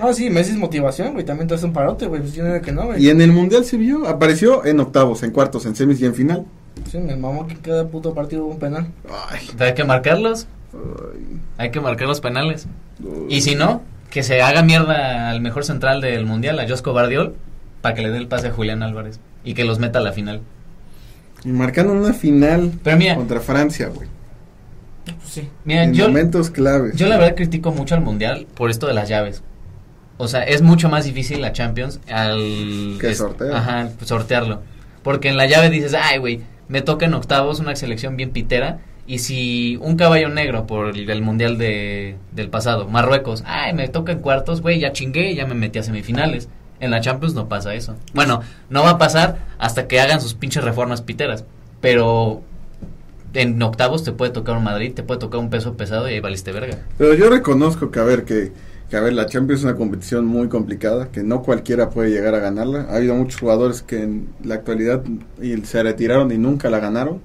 Ah, sí, Messi es motivación, güey. También te hace un parote, güey. Pues yo no era que no, güey. Y en el mundial se vio, apareció en octavos, en cuartos, en semis y en final. Sí, me mamó que cada puto partido hubo un penal. Ay, Hay que marcarlos, ay, hay que marcar los penales. ay. Y si no, que se haga mierda al mejor central del mundial, a Josco Bardiol, para que le dé el pase a Julián Álvarez y que los meta a la final. Y marcaron una final Pero mira, contra Francia, güey. Pues sí. mira, En yo, momentos claves. yo la verdad critico mucho al mundial por esto de las llaves. O sea, es mucho más difícil la Champions al Que es- sorteo. Ajá, al sortearlo. Porque en la llave dices, ay, güey, me toca en octavos una selección bien pitera. Y si un caballo negro por el, el mundial de, del pasado, Marruecos, ay, me toca en cuartos, güey, ya chingué, ya me metí a semifinales. En la Champions no pasa eso. Bueno, no va a pasar hasta que hagan sus pinches reformas piteras. Pero en octavos te puede tocar un Madrid, te puede tocar un peso pesado y ahí valiste verga. Pero yo reconozco que, a ver, que, que, a ver, la Champions es una competición muy complicada, que no cualquiera puede llegar a ganarla. Ha habido muchos jugadores que en la actualidad y se retiraron y nunca la ganaron.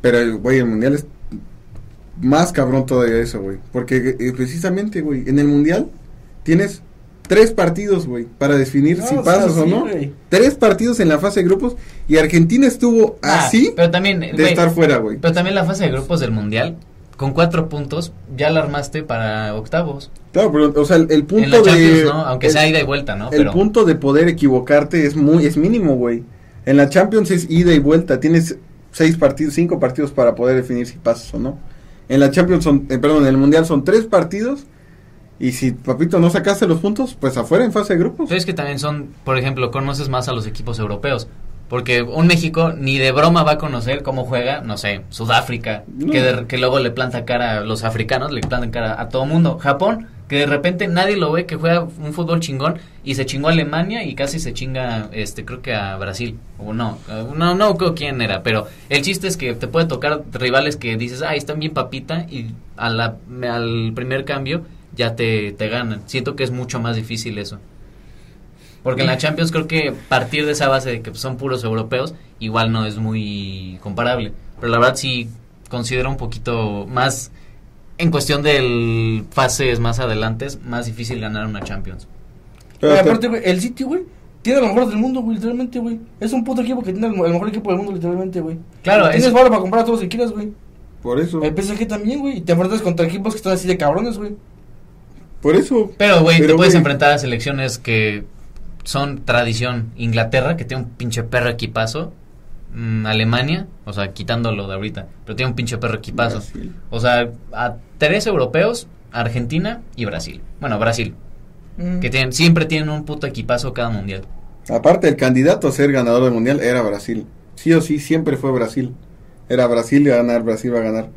Pero, güey, el Mundial es más cabrón todavía eso, güey. Porque eh, precisamente, güey, en el Mundial tienes tres partidos, güey, para definir No, si o sea, pasas o sí, no. güey. Tres partidos en la fase de grupos y Argentina estuvo Ah, así pero también, de güey, estar fuera, güey. pero también la fase de grupos del mundial, con cuatro puntos, ya la armaste para octavos. Claro, pero, o sea, el, el punto en la Champions, de... ¿no? Aunque el- sea ida y vuelta, Ah, ¿no? El Pero punto de poder equivocarte es muy es mínimo, güey. En la Champions es ida y vuelta, tienes seis partidos, cinco partidos para poder definir si pasas o no. En la Champions son, eh, perdón, en el Mundial son tres partidos y si papito no sacaste los puntos, pues afuera en fase de grupos. pero es que también son, por ejemplo, conoces más a los equipos europeos. Porque un México ni de broma va a conocer cómo juega, no sé, Sudáfrica, No. que, de- que luego le planta cara a los africanos, le plantan cara a todo mundo. Japón, que de repente nadie lo ve, que juega un fútbol chingón y se chingó a Alemania y casi se chinga, este, creo que a Brasil. O no, eh, no, no creo quién era, pero el chiste es que te puede tocar rivales que dices, ay, están bien papita y a la- al primer cambio ya te, te ganan. Siento que es mucho más difícil eso. Porque en la Champions creo que partir de esa base de que son puros europeos, igual no es muy comparable. Pero la verdad sí considero un poquito más, en cuestión del fases más adelantes, más difícil ganar una Champions. Pero Oye, te- aparte, güey, el City, güey, tiene lo mejor del mundo, güey, literalmente, güey. Es un puto equipo que tiene el, el mejor equipo del mundo, literalmente, güey. Claro, Tienes es- valor para comprar a todos si quieres, güey. por eso, El PSG también, güey. Y te enfrentas contra equipos que están así de cabrones, güey. por eso. Pero, güey, te Pero, puedes güey. enfrentar a selecciones que son tradición. Inglaterra, que tiene un pinche perro equipazo. Mm, Alemania, o sea, quitándolo de ahorita, pero tiene un pinche perro equipazo. Brasil. O sea, a tres europeos, Argentina y Brasil. Bueno, Brasil, Mm. que tienen, siempre tienen un puto equipazo cada mundial. Aparte, el candidato a ser ganador del mundial era Brasil. Sí o sí, siempre fue Brasil. Era Brasil iba a ganar, Brasil va a ganar.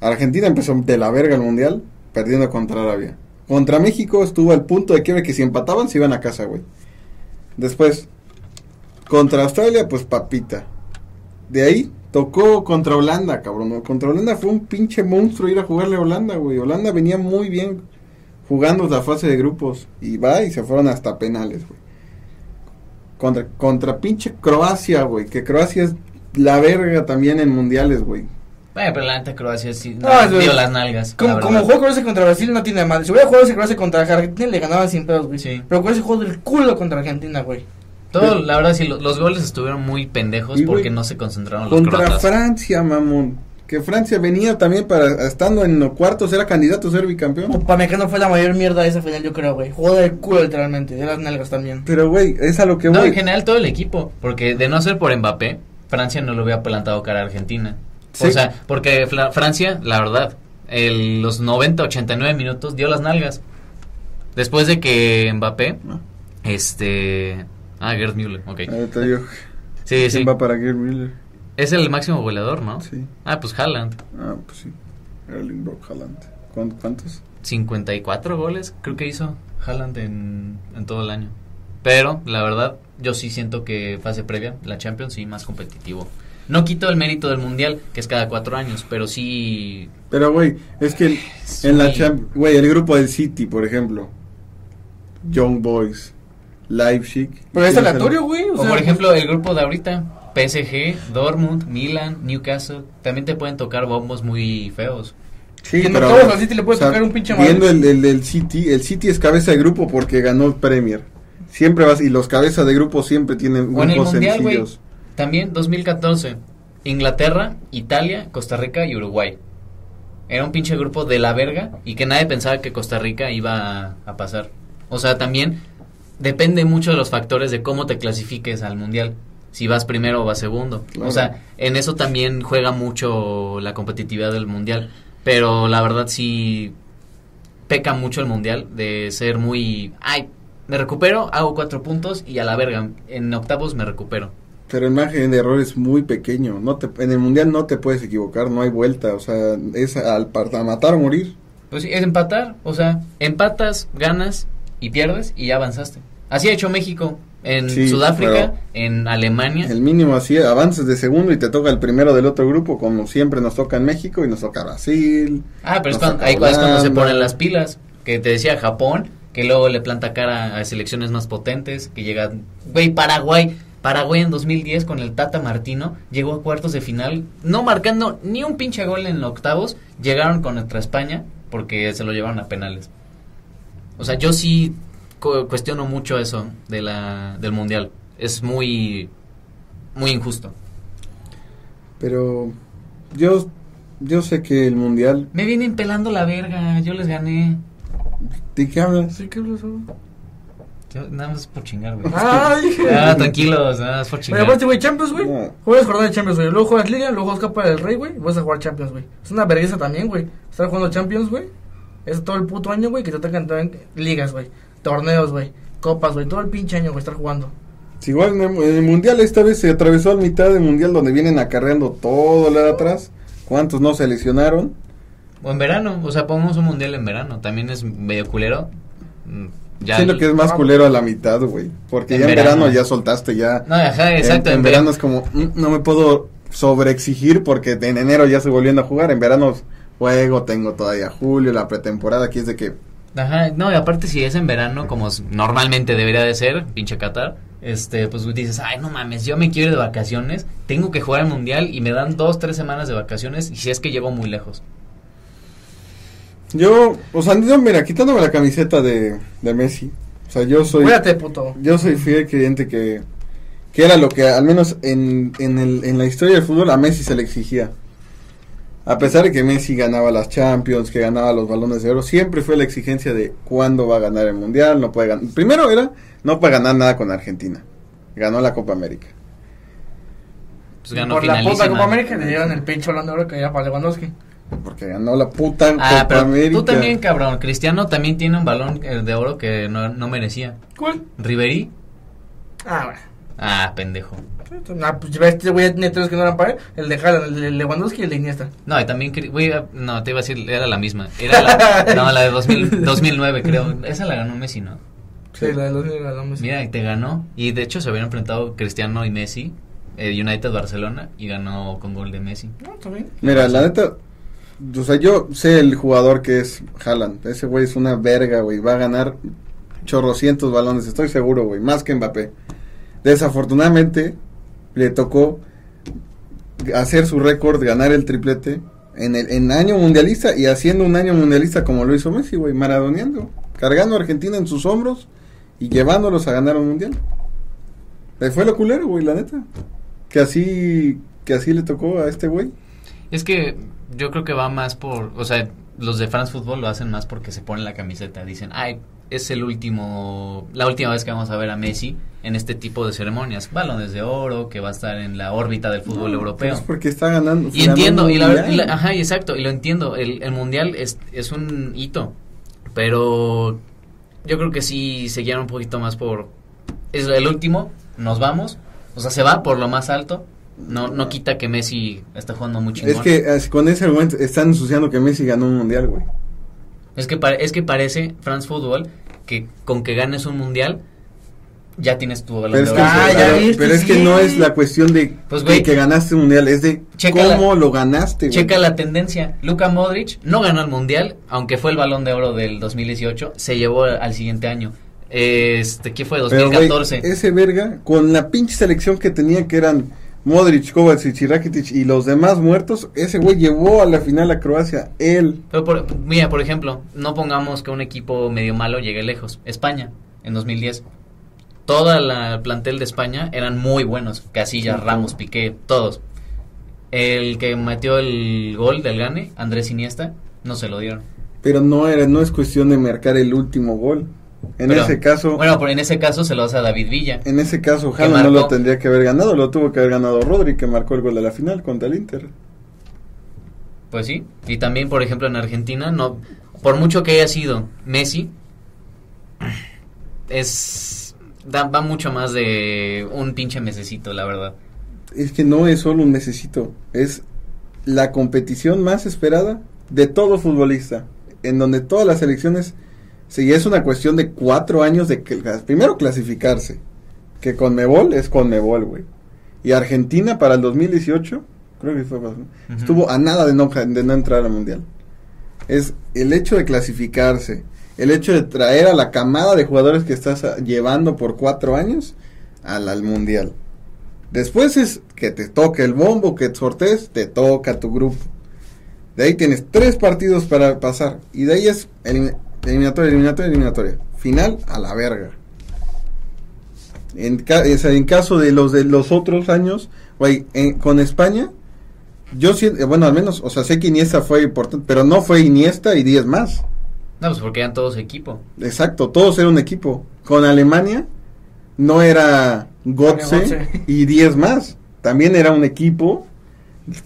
Argentina empezó de la verga el mundial, perdiendo contra Arabia. Contra México estuvo al punto de quiebre que si empataban se iban a casa, güey. Después, contra Australia, pues papita. De ahí, tocó contra Holanda, cabrón. ¿no? Contra Holanda fue un pinche monstruo ir a jugarle a Holanda, güey. Holanda venía muy bien jugando la fase de grupos. Y va y se fueron hasta penales, güey contra, contra pinche Croacia, güey. Que Croacia es la verga también en mundiales, güey. Bueno, pero la neta Croacia sí no, No, dio güey. las nalgas. la Como, verdad. como jugó Croacia contra Brasil no tiene madre. Si hubiera jugado ese Croacia contra Argentina le ganaban sin pedos, güey. Sí. Pero Croacia jugó del culo contra Argentina, güey. Todo, la verdad, sí, lo- los goles estuvieron muy pendejos Y, güey, porque no se concentraron los Contra croatas. Francia, mamón. Que Francia venía también para, estando en los cuartos, era candidato a ser bicampeón. Upamecano fue la mayor mierda de esa final, yo creo, güey. Jugó del culo literalmente, de las nalgas también. Pero, güey, es a lo que No, voy. en general todo el equipo, porque de no ser por Mbappé, Francia no lo hubiera plantado cara a Argentina. O Sí. sea, porque Fla- Francia, la verdad, el- los 90, 89 minutos dio las nalgas. Después de que Mbappé, este... Ah, Gerd Müller, ok. Ahorita digo, Sí, sí. ¿Quién va para Gerd Müller? Es el máximo goleador, ¿no? Sí. Ah, pues Haaland. Ah, pues sí. Erling Brock Haaland. ¿Cuán- ¿Cuántos? 54 goles creo que hizo Haaland en, en todo el año. Pero, la verdad, yo sí siento que fase previa, la Champions, sí, más competitivo. No quito el mérito del Mundial, que es cada cuatro años, pero sí... Pero, güey, es que en, es en la muy- Champions. Güey, el grupo del City, por ejemplo. Young Boys. Leipzig. Pero es ¿Quién aleatorio, güey. O, por ejemplo, el grupo de ahorita, PSG, Dortmund, Milan, Newcastle, también te pueden tocar bombos muy feos. Sí, Y en pero. octavos al City le puede tocar un pinche Viendo madre. el, el del City, el City es cabeza de grupo porque ganó Premier. Siempre vas. Y los cabezas de grupo siempre tienen O en el grupos Mundial, güey. sencillos. También 2014, Inglaterra, Italia, Costa Rica y Uruguay. Era un pinche grupo de la verga y que nadie pensaba que Costa Rica iba a, a pasar. O sea, también depende mucho de los factores de cómo te clasifiques al mundial. Si vas primero o vas segundo. Claro. O sea, en eso también juega mucho la competitividad del mundial. Pero la verdad sí peca mucho el mundial de ser muy... Ay, me recupero, hago cuatro puntos y a la verga. En octavos me recupero. Pero el margen de error es muy pequeño. No te, en el mundial no te puedes equivocar, no hay vuelta. O sea, es al par- a matar o morir. Pues sí, es empatar, o sea, empatas, ganas y pierdes y ya avanzaste. Así ha hecho México en Sí, Sudáfrica, pero- en Alemania. El mínimo así, avances de segundo y te toca el primero del otro grupo, como siempre nos toca en México y nos toca Brasil. ah, pero es nos cuando, toca ahí es cuando se Holanda. ponen las pilas, que te decía Japón, que luego le planta cara a selecciones más potentes, que llegan, güey, Paraguay. Paraguay en 2010 con el Tata Martino llegó a cuartos de final, no marcando ni un pinche gol en octavos, llegaron contra España porque se lo llevaron a penales. O sea, yo sí cu- cuestiono mucho eso de la, del Mundial. Es muy, muy injusto. Pero yo, yo sé que el mundial. Me vienen pelando la verga, yo les gané. ¿De qué hablas? Sí, ¿qué pasó? Yo- nada más por chingar, güey. Ay, dije. Ah, tranquilos, nada más por Pero chingar. aparte, güey, Champions, güey. No. Juegas jornada de Champions, güey. Luego juegas Liga, luego juegas Copa del Rey, güey. y Vas a jugar Champions, güey. Es una vergüenza también, güey. Estar jugando Champions, güey. Es todo el puto año, güey, que te atacan también ligas, güey. Torneos, güey. Copas, güey. Todo el pinche año, güey, estar jugando. Si igual en el, en el mundial esta vez se atravesó al mitad del mundial donde vienen acarreando todo el lado atrás. ¿Cuántos no se lesionaron? O en verano, o sea, pongamos un mundial en verano. También es medio culero. Mm, Ya Siento que es más Ah. culero a la mitad, güey. Porque En ya en verano. verano, ya soltaste, ya. No, ajá, exacto. En, en en verano ver- es como, "Mm, no me puedo sobreexigir porque en enero ya estoy volviendo a jugar. En verano juego, tengo todavía julio, la pretemporada. Aquí es de que. Ajá, no, y aparte si es en verano, como s- normalmente debería de ser, pinche Qatar, este, pues dices, ay, no mames, yo me quiero ir de vacaciones, tengo que jugar al mundial y me dan dos, tres semanas de vacaciones y si es que llego muy lejos. Yo, o sea, no, mira, quitándome la camiseta de, de Messi. O sea, yo soy. Cuídate, puto. Pues, Yo soy fiel creyente que. Que era lo que, al menos en, en, el- en la historia del fútbol, a Messi se le exigía. A pesar de que Messi ganaba las Champions, que ganaba los balones de oro, siempre fue la exigencia de cuándo va a ganar el Mundial, no puede ganar. Primero era, no puede ganar nada con Argentina. Ganó la Copa América. Pues ganó Por la puta finalísima. Copa América le dieron el pinche Holanda ahora que ya para Lewandowski. Porque ganó la puta Ah, Copa pero América. tú también, cabrón, Cristiano también tiene un balón eh, de oro que no, no merecía. ¿Cuál? Riverí, Ah, bueno. ah, pendejo. Ah, pues ya este güey ya tiene tres que no eran para él. El de Haaland, el de Lewandowski y el de Iniesta. No, y también, cre- güey, ah, no, te iba a decir, era la misma. Era la, no, la de 2000, 2009, creo. Esa la ganó Messi, ¿no? Sí, la de los Galones. Mira, y te ganó. Y de hecho se habían enfrentado Cristiano y Messi, eh, United Barcelona, y ganó con gol de Messi. No, está bien. Mira, la neta, o sea, yo sé el jugador que es Haaland. Ese güey es una verga, güey. Va a ganar chorrocientos balones, estoy seguro, güey. Más que Mbappé. Desafortunadamente, le tocó hacer su récord, ganar el triplete en el en año mundialista y haciendo un año mundialista como lo hizo Messi, güey, maradoneando, cargando a Argentina en sus hombros y llevándolos a ganar un mundial. Le fue lo culero, güey, la neta. Que así que así le tocó a este güey. Es que yo creo que va más por, o sea, los de France Football lo hacen más porque se ponen la camiseta, dicen, ay, es el último, la última vez que vamos a ver a Messi en este tipo de ceremonias, balones de oro, que va a estar en la órbita del fútbol No, pues, europeo. Es porque está ganando. Y ganando entiendo, un y la verdad, mundial. y la- ajá, y exacto, y lo entiendo, el, el mundial es, es un hito, pero yo creo que sí se guiaron un poquito más por, es el último, nos vamos, o sea, se va por lo más alto, no no quita que Messi está jugando muy chingón. Es que as- con ese argumento están ensuciando que Messi ganó un mundial, güey. Es que, pare- es que parece France Football que con que ganes un mundial ya tienes tu balón Pero es, de que, oro. Ah, pero- ya viste, pero es que sí. no es la cuestión de Pues, que, güey. que ganaste un mundial, es de Checa cómo lo ganaste, Este, güey. Checa la tendencia. Luka Modric no ganó el mundial, aunque fue el balón de oro del 2018, se llevó al siguiente año. Este, ¿qué fue? Pero, güey, 2014. ese verga, con la pinche selección que tenía que eran Modric, Kovacic y Rakitic y los demás muertos, ese güey llevó a la final a Croacia, él. Pero por- mira, por ejemplo, no pongamos que un equipo medio malo llegue lejos. España, en 2010. Toda la el plantel de España eran muy buenos. Casillas, Ramos, Piqué, todos. El que metió el gol del Gane, Andrés Iniesta, no se lo dieron. Pero no era, no es cuestión de marcar el último gol. En Pero, ese caso, Bueno, pero en ese caso se lo das a David Villa. en ese caso, que Haaland no lo marcó. tendría que haber ganado, lo tuvo que haber ganado Rodri, que marcó el gol de la final contra el Inter. Pues sí. Y también, por ejemplo, en Argentina, no. Por mucho que haya sido Messi, es. da- va mucho más de un pinche mesecito, la verdad. Es que no es solo un necesito, es la competición más esperada de todo futbolista, en donde todas las selecciones, si es una cuestión de cuatro años de que primero clasificarse, que con Mebol es con Mebol, güey. Y Argentina para el 2018, creo que fue más, ¿no? Ujú. estuvo a nada de no, ca- de no entrar al Mundial. Es el hecho de clasificarse, el hecho de traer a la camada de jugadores que estás ah, llevando por cuatro años al, al Mundial. Después es que te toque el bombo, que sortees, te toca tu grupo. De ahí tienes tres partidos para pasar. Y de ahí es elim- eliminatoria, eliminatoria, eliminatoria. Final a la verga. En, ca- o sea, en caso de los de los otros años, güey, en- con España, yo siento, bueno, al menos, o sea, sé que Iniesta fue importante, pero no fue Iniesta y 10 más. No, pues porque eran todos equipo. Exacto, todos eran un equipo. Con Alemania no era Gotze Gotze. y 10 más. También era un equipo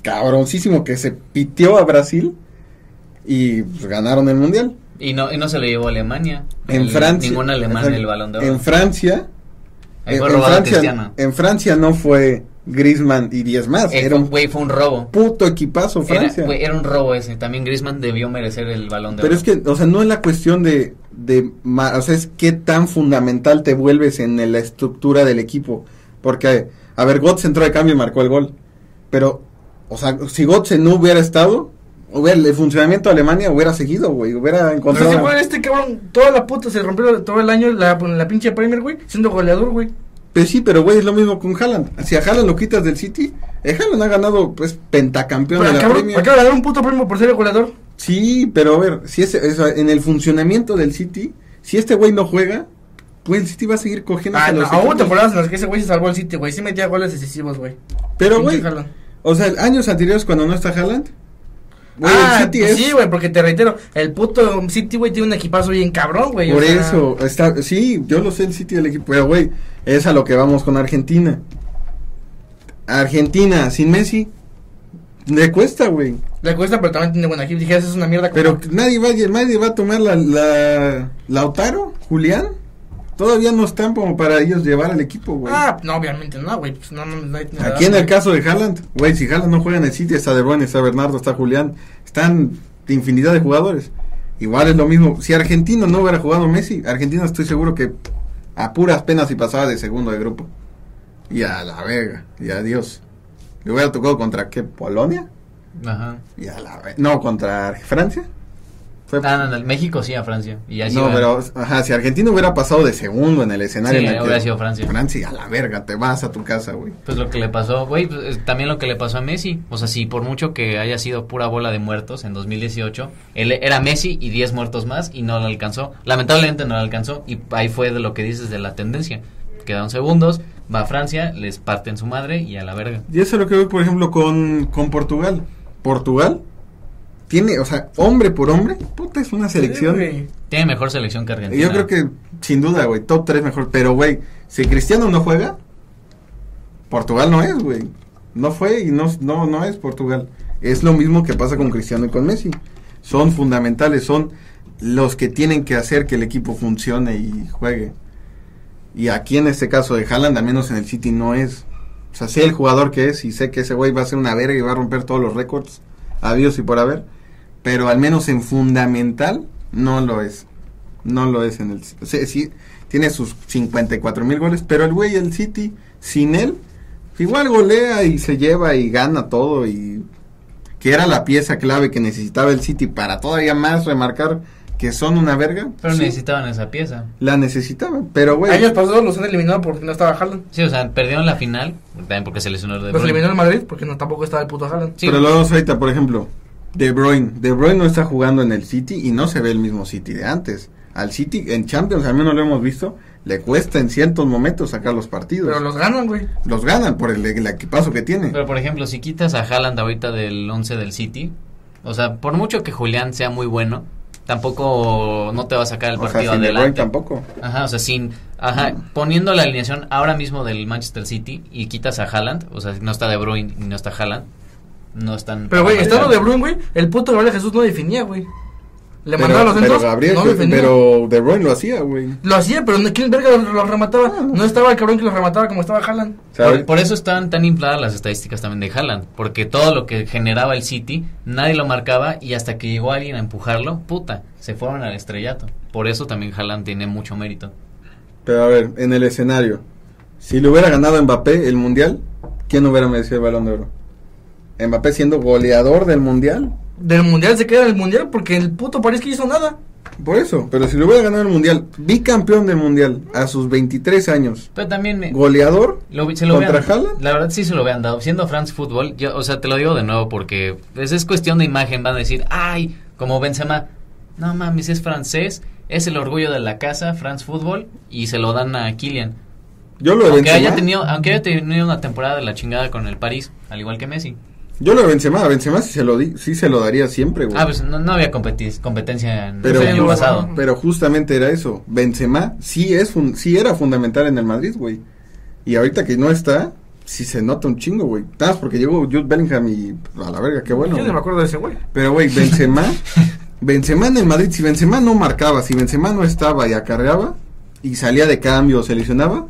cabroncísimo que se pitió a Brasil y pues, ganaron el mundial. Y no, y no se lo llevó a Alemania. En El- Francia. Ningún alemán exacto, el balón de oro. En Francia. eh, Ahí en- fue en robado a Francia, Cristiano. en Francia no fue Griezmann y 10 más. Eh, era un güey, fue un robo. puto equipazo Era, Francia. güey, era un robo ese. También Griezmann debió merecer el balón de Pero oro. es que, o sea, no es la cuestión de, de, ma- o sea, es qué tan fundamental te vuelves en la estructura del equipo. Porque, a ver, Götze entró de cambio y marcó el gol. Pero, o sea, si Götze no hubiera estado, hubiera- el funcionamiento de Alemania hubiera seguido, güey, hubiera Pero encontrado... si fuera este cabrón, toda la puta se rompió todo el año la, la pinche Premier, güey, siendo goleador, güey. Pero sí, pero güey, es lo mismo con Haaland. Si a Haaland lo quitas del City, eh, Haaland ha ganado, pues, pentacampeón Pero de la cabrón, Premier. acaba de dar un puto premio por ser el goleador. Sí, pero a ver, si ese, o sea, en el funcionamiento del City, si este güey no juega, pues el City va a seguir cogiendo Ah, a no, los hubo equipos. temporadas en las que ese güey se salvó el City, güey. Sí metía goles decisivos, güey. Pero, Pinche güey, Haaland. o sea, años anteriores cuando no está Haaland, güey, ah, el City pues es... sí, güey, porque te reitero, el puto City, güey, tiene un equipazo bien cabrón, güey. o por sea, eso, está, sí, yo lo sé el City del equipo, pero, güey, es a lo que vamos con Argentina. Argentina, sin Messi, le cuesta, güey. Le cuesta, pero también tiene buena equipo. Dije, eso es una mierda. Pero como- nadie va, a- nadie va a tomar la, la... Lautaro, Julián, todavía no están como para ellos llevar al equipo, güey. Ah, no, obviamente no, güey. Pues no, no, no hay- Aquí en el caso de Haaland, güey, si Haaland no juega en el City, está De Bruyne, está Bernardo, está Julián, están de infinidad de jugadores. Igual es lo mismo, si Argentino no hubiera jugado Messi, Argentina estoy seguro que a puras penas y pasaba de segundo de grupo. Y a la verga, y adiós. Le hubiera tocado contra qué, Polonia? Ajá. Y a la verga. No, contra Francia. Fue- Ah, no, no, México sí a Francia. Y así no, va. pero ajá, si Argentina hubiera pasado de segundo en el escenario, Sí, en el hubiera que- sido Francia. Francia, a la verga, te vas a tu casa, güey. Pues lo que le pasó, güey, pues, es también lo que le pasó a Messi. O sea, si por mucho que haya sido pura bola de muertos en 2018, él era Messi y 10 muertos más y no lo alcanzó. Lamentablemente no lo alcanzó y ahí fue de lo que dices de la tendencia. Quedaron segundos, va a Francia, les parten su madre y a la verga. Y eso es lo que veo, por ejemplo, con, con Portugal. Portugal tiene, o sea, hombre por hombre, puta, es una selección. güey. Tiene mejor selección que Argentina. Yo creo que, sin duda, güey, top 3 mejor. Pero, güey, si Cristiano no juega, Portugal no es, güey. No fue y no, no, no es Portugal. Es lo mismo que pasa con Cristiano y con Messi. Son fundamentales, son los que tienen que hacer que el equipo funcione y juegue. Y aquí en este caso de Haaland, al menos en el City, no es. O sea, sé el jugador que es y sé que ese güey va a ser una verga y va a romper todos los récords. Adiós y por haber. Pero al menos en fundamental, no lo es. No lo es en el City. O sea, sí, tiene sus 54 mil goles, pero el güey, el City, sin él, igual golea y se lleva y gana todo. Y que era la pieza clave que necesitaba el City para todavía más remarcar que son una verga. Pero sí, necesitaban esa pieza. La necesitaban, pero güey. Años pasados los han eliminado porque no estaba Haaland. Sí, o sea, perdieron la final, también porque se lesionó de Pues Los eliminó el Madrid porque no tampoco estaba el puto Haaland. Sí. Pero luego vemos ahorita, por ejemplo, De Bruyne. De Bruyne no está jugando en el City y no se ve el mismo City de antes. Al City, en Champions, al menos lo hemos visto, le cuesta en ciertos momentos sacar los partidos. Pero los, los ganan, güey. ganan por el, el equipazo que tiene. Pero por ejemplo, si quitas a Haaland ahorita del 11 del City, o sea, por mucho que Julián sea muy bueno, tampoco no te va a sacar el o sea, partido sin De Bruyne adelante. tampoco. Ah. Ajá, o sea, sin ajá, poniendo la alineación ahora mismo del Manchester City y quitas a Haaland, o sea, no está De Bruyne y no está Haaland, no están Pero, Ah, güey, no estando de están- Bruyne, güey, el puto Gabriel Jesús no definía, güey. Le pero, mandaba los pero centros, Gabriel, no que- definía. pero De Bruyne lo hacía, güey. Lo hacía, pero no- ¿quién verga los los remataba? Ah. No estaba el cabrón que los remataba como estaba Haaland. O sea, Por, por eso están tan infladas las estadísticas también de Haaland, porque todo lo que generaba el City, nadie lo marcaba y hasta que llegó alguien a empujarlo, puta, se fueron al estrellato. Por eso también Haaland tiene mucho mérito. pero a ver, en el escenario, si le hubiera ganado Mbappé el Mundial, ¿quién hubiera merecido el Balón de Oro? Mbappé siendo goleador del Mundial, Del mundial se queda en el mundial porque el puto París que hizo nada. Por eso, pero si lo hubiera ganado el mundial, bicampeón del mundial a sus 23 años, Pero también me- goleador, Lo vi- se lo ¿Contra vean- Haaland? La verdad sí se lo vean dado. Siendo France Football, yo, o sea, te lo digo de nuevo porque pues, es cuestión de imagen. Van a decir, ay, como Benzema, no mames, es francés, es el orgullo de la casa, France Football, y se lo dan a Kylian. yo lo de Aunque Benzema, haya, tenido, aunque haya tenido una temporada de la chingada con el París, al igual que Messi. yo lo de Benzema, a Benzema sí se lo di, sí se lo daría siempre, güey. Ah, pues no, no había competis- competencia en Pero- el año Pero- pasado. Pero justamente era eso, Benzema sí es un, sí era fundamental en el Madrid, güey. Y ahorita que no está, sí se nota un chingo, güey. Tás porque llegó Jude Bellingham y a la verga, qué bueno. Yo no me güey. acuerdo de ese güey. Pero güey, Benzema, Benzema en el Madrid, si Benzema no marcaba, si Benzema no estaba y acarreaba y salía de cambio o seleccionaba,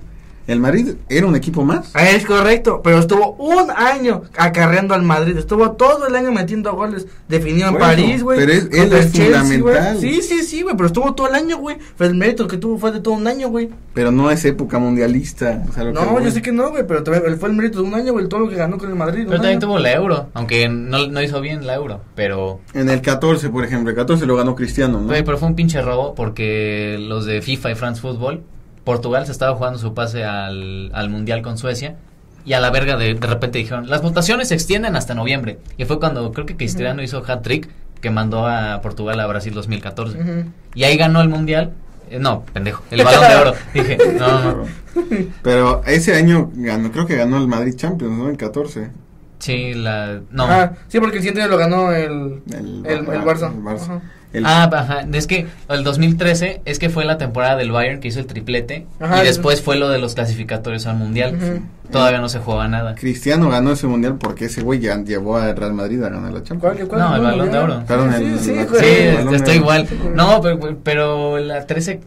el Madrid era un equipo más. Ah, Es correcto, pero estuvo un año acarreando al Madrid. Estuvo todo el año metiendo goles. Definió en Bueno, París, güey. pero es- contra él es el Chelsea, fundamental. güey. Sí, sí, sí, güey, pero estuvo todo el año, güey. Fue el mérito que tuvo fue de todo un año, güey. Pero no es época mundialista. o sea, lo No, voy. yo sé que no, güey, pero también él fue el mérito de un año, güey, todo lo que ganó con el Madrid. Pero un también año. tuvo la Euro, aunque no, no hizo bien la Euro, pero... En el 14, por ejemplo, el 14 lo ganó Cristiano, ¿no? Güey, pero fue un pinche robo porque los de FIFA y France Football, Portugal se estaba jugando su pase al, al Mundial con Suecia y a la verga de, de repente dijeron, las votaciones se extienden hasta noviembre. Y fue cuando creo que Cristiano hizo hat-trick que mandó a Portugal a Brasil 2014. Ujú. Y ahí ganó el Mundial. eh, no, pendejo, el Balón de Oro. Dije, no, no, no. Pero ese año ganó, creo que ganó el Madrid Champions, ¿no? En 14. Sí, la... No. Ah, sí, porque el siguiente año lo ganó el, el, el Barça. El Barça. Ajá. El- Ah, ajá, es que el 2013 es que fue la temporada del Bayern que hizo el triplete Ajá, y es- después fue lo de los clasificatorios al Mundial. Ujú. Todavía no se jugaba nada. Cristiano ganó ese mundial porque ese güey ya llevó al Real Madrid a ganar la Champions. ¿Cuál- cuál No, el fue? Balón de Oro. Fueron el- Sí, sí, la- güey. Sí, este, el balón está de- igual. No, pero, pero la 13...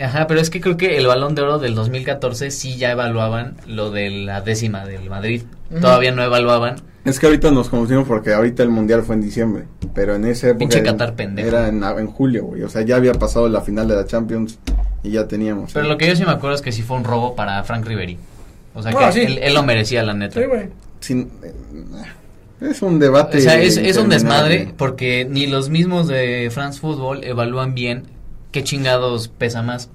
Ajá, pero es que creo que el balón de oro del 2014 sí ya evaluaban lo de la décima del Madrid. Ujú. Todavía no evaluaban. Es que ahorita nos confundimos porque ahorita el mundial fue en diciembre, pero en esa época Pinche en- Qatar pendejo. era en, ah, en julio, güey. O sea, ya había pasado la final de la Champions y ya teníamos. eh, Pero lo que yo sí me acuerdo es que sí fue un robo para Frank Ribery. O sea que Ah, sí. él, él lo merecía, la neta. Sí, güey. Sin- eh, Es un debate. O sea, es, es un interminable. desmadre porque ni los mismos de France Football evalúan bien qué chingados pesa más.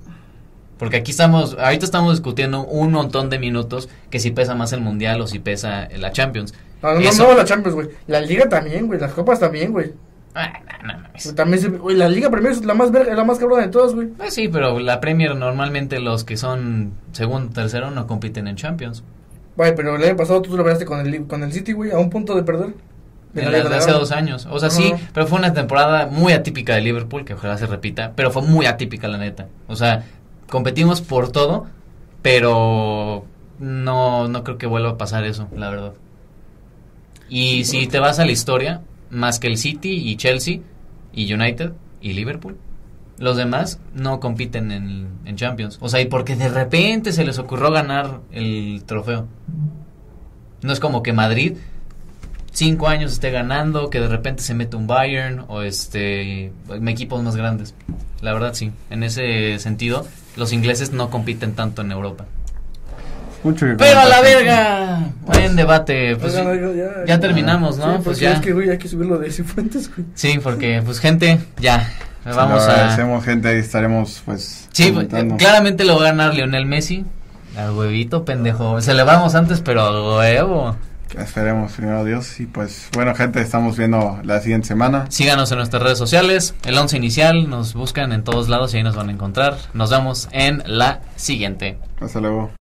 Porque aquí estamos, ahorita estamos discutiendo un montón de minutos que si pesa más el Mundial o si pesa la Champions. No, no, Eso- no, la Champions, güey. La Liga también, güey. Las copas también, güey. Ah, no, no mames. También se- güey, la Liga Premier es la más verga, es la más cabrona de todas, güey. Ah, sí, pero la Premier normalmente los que son segundo, tercero no compiten en Champions. Güey, pero el año pasado tú lo ganaste con el, con el City, güey, a un punto de perder. De En la- la de de la- hace dos años. O sea, sí, Ajá. pero fue una temporada muy atípica de Liverpool, que ojalá se repita, pero fue muy atípica, la neta. O sea, competimos por todo, pero no, no creo que vuelva a pasar eso, la verdad. Y si te vas a la historia, más que el City y Chelsea y United y Liverpool, los demás no compiten en, en Champions. O sea, y porque de repente se les ocurrió ganar el trofeo. No es como que Madrid cinco años esté ganando, que de repente se mete un Bayern o este equipos más grandes. La verdad sí, en ese sentido los ingleses no compiten tanto en Europa. Mucho que Pero a la comentar. verga, buen debate. Pues, Oigan, sí. oigan, ya, ya terminamos, ¿no? Sí, Pues porque ya. Es que, güey, hay que subirlo de Cifuentes, güey. sí, porque pues gente, ya Se lo vamos a agradecemos, gente, ahí estaremos pues Sí, pues, comentando. claramente lo va a ganar Lionel Messi. Al huevito, pendejo. Celebramos antes, pero a huevo. Esperemos primero Dios y pues bueno, gente, estamos viendo la siguiente semana. Síganos en nuestras redes sociales, el 11 inicial, nos buscan en todos lados y ahí nos van a encontrar. Nos vemos en la siguiente. Hasta luego.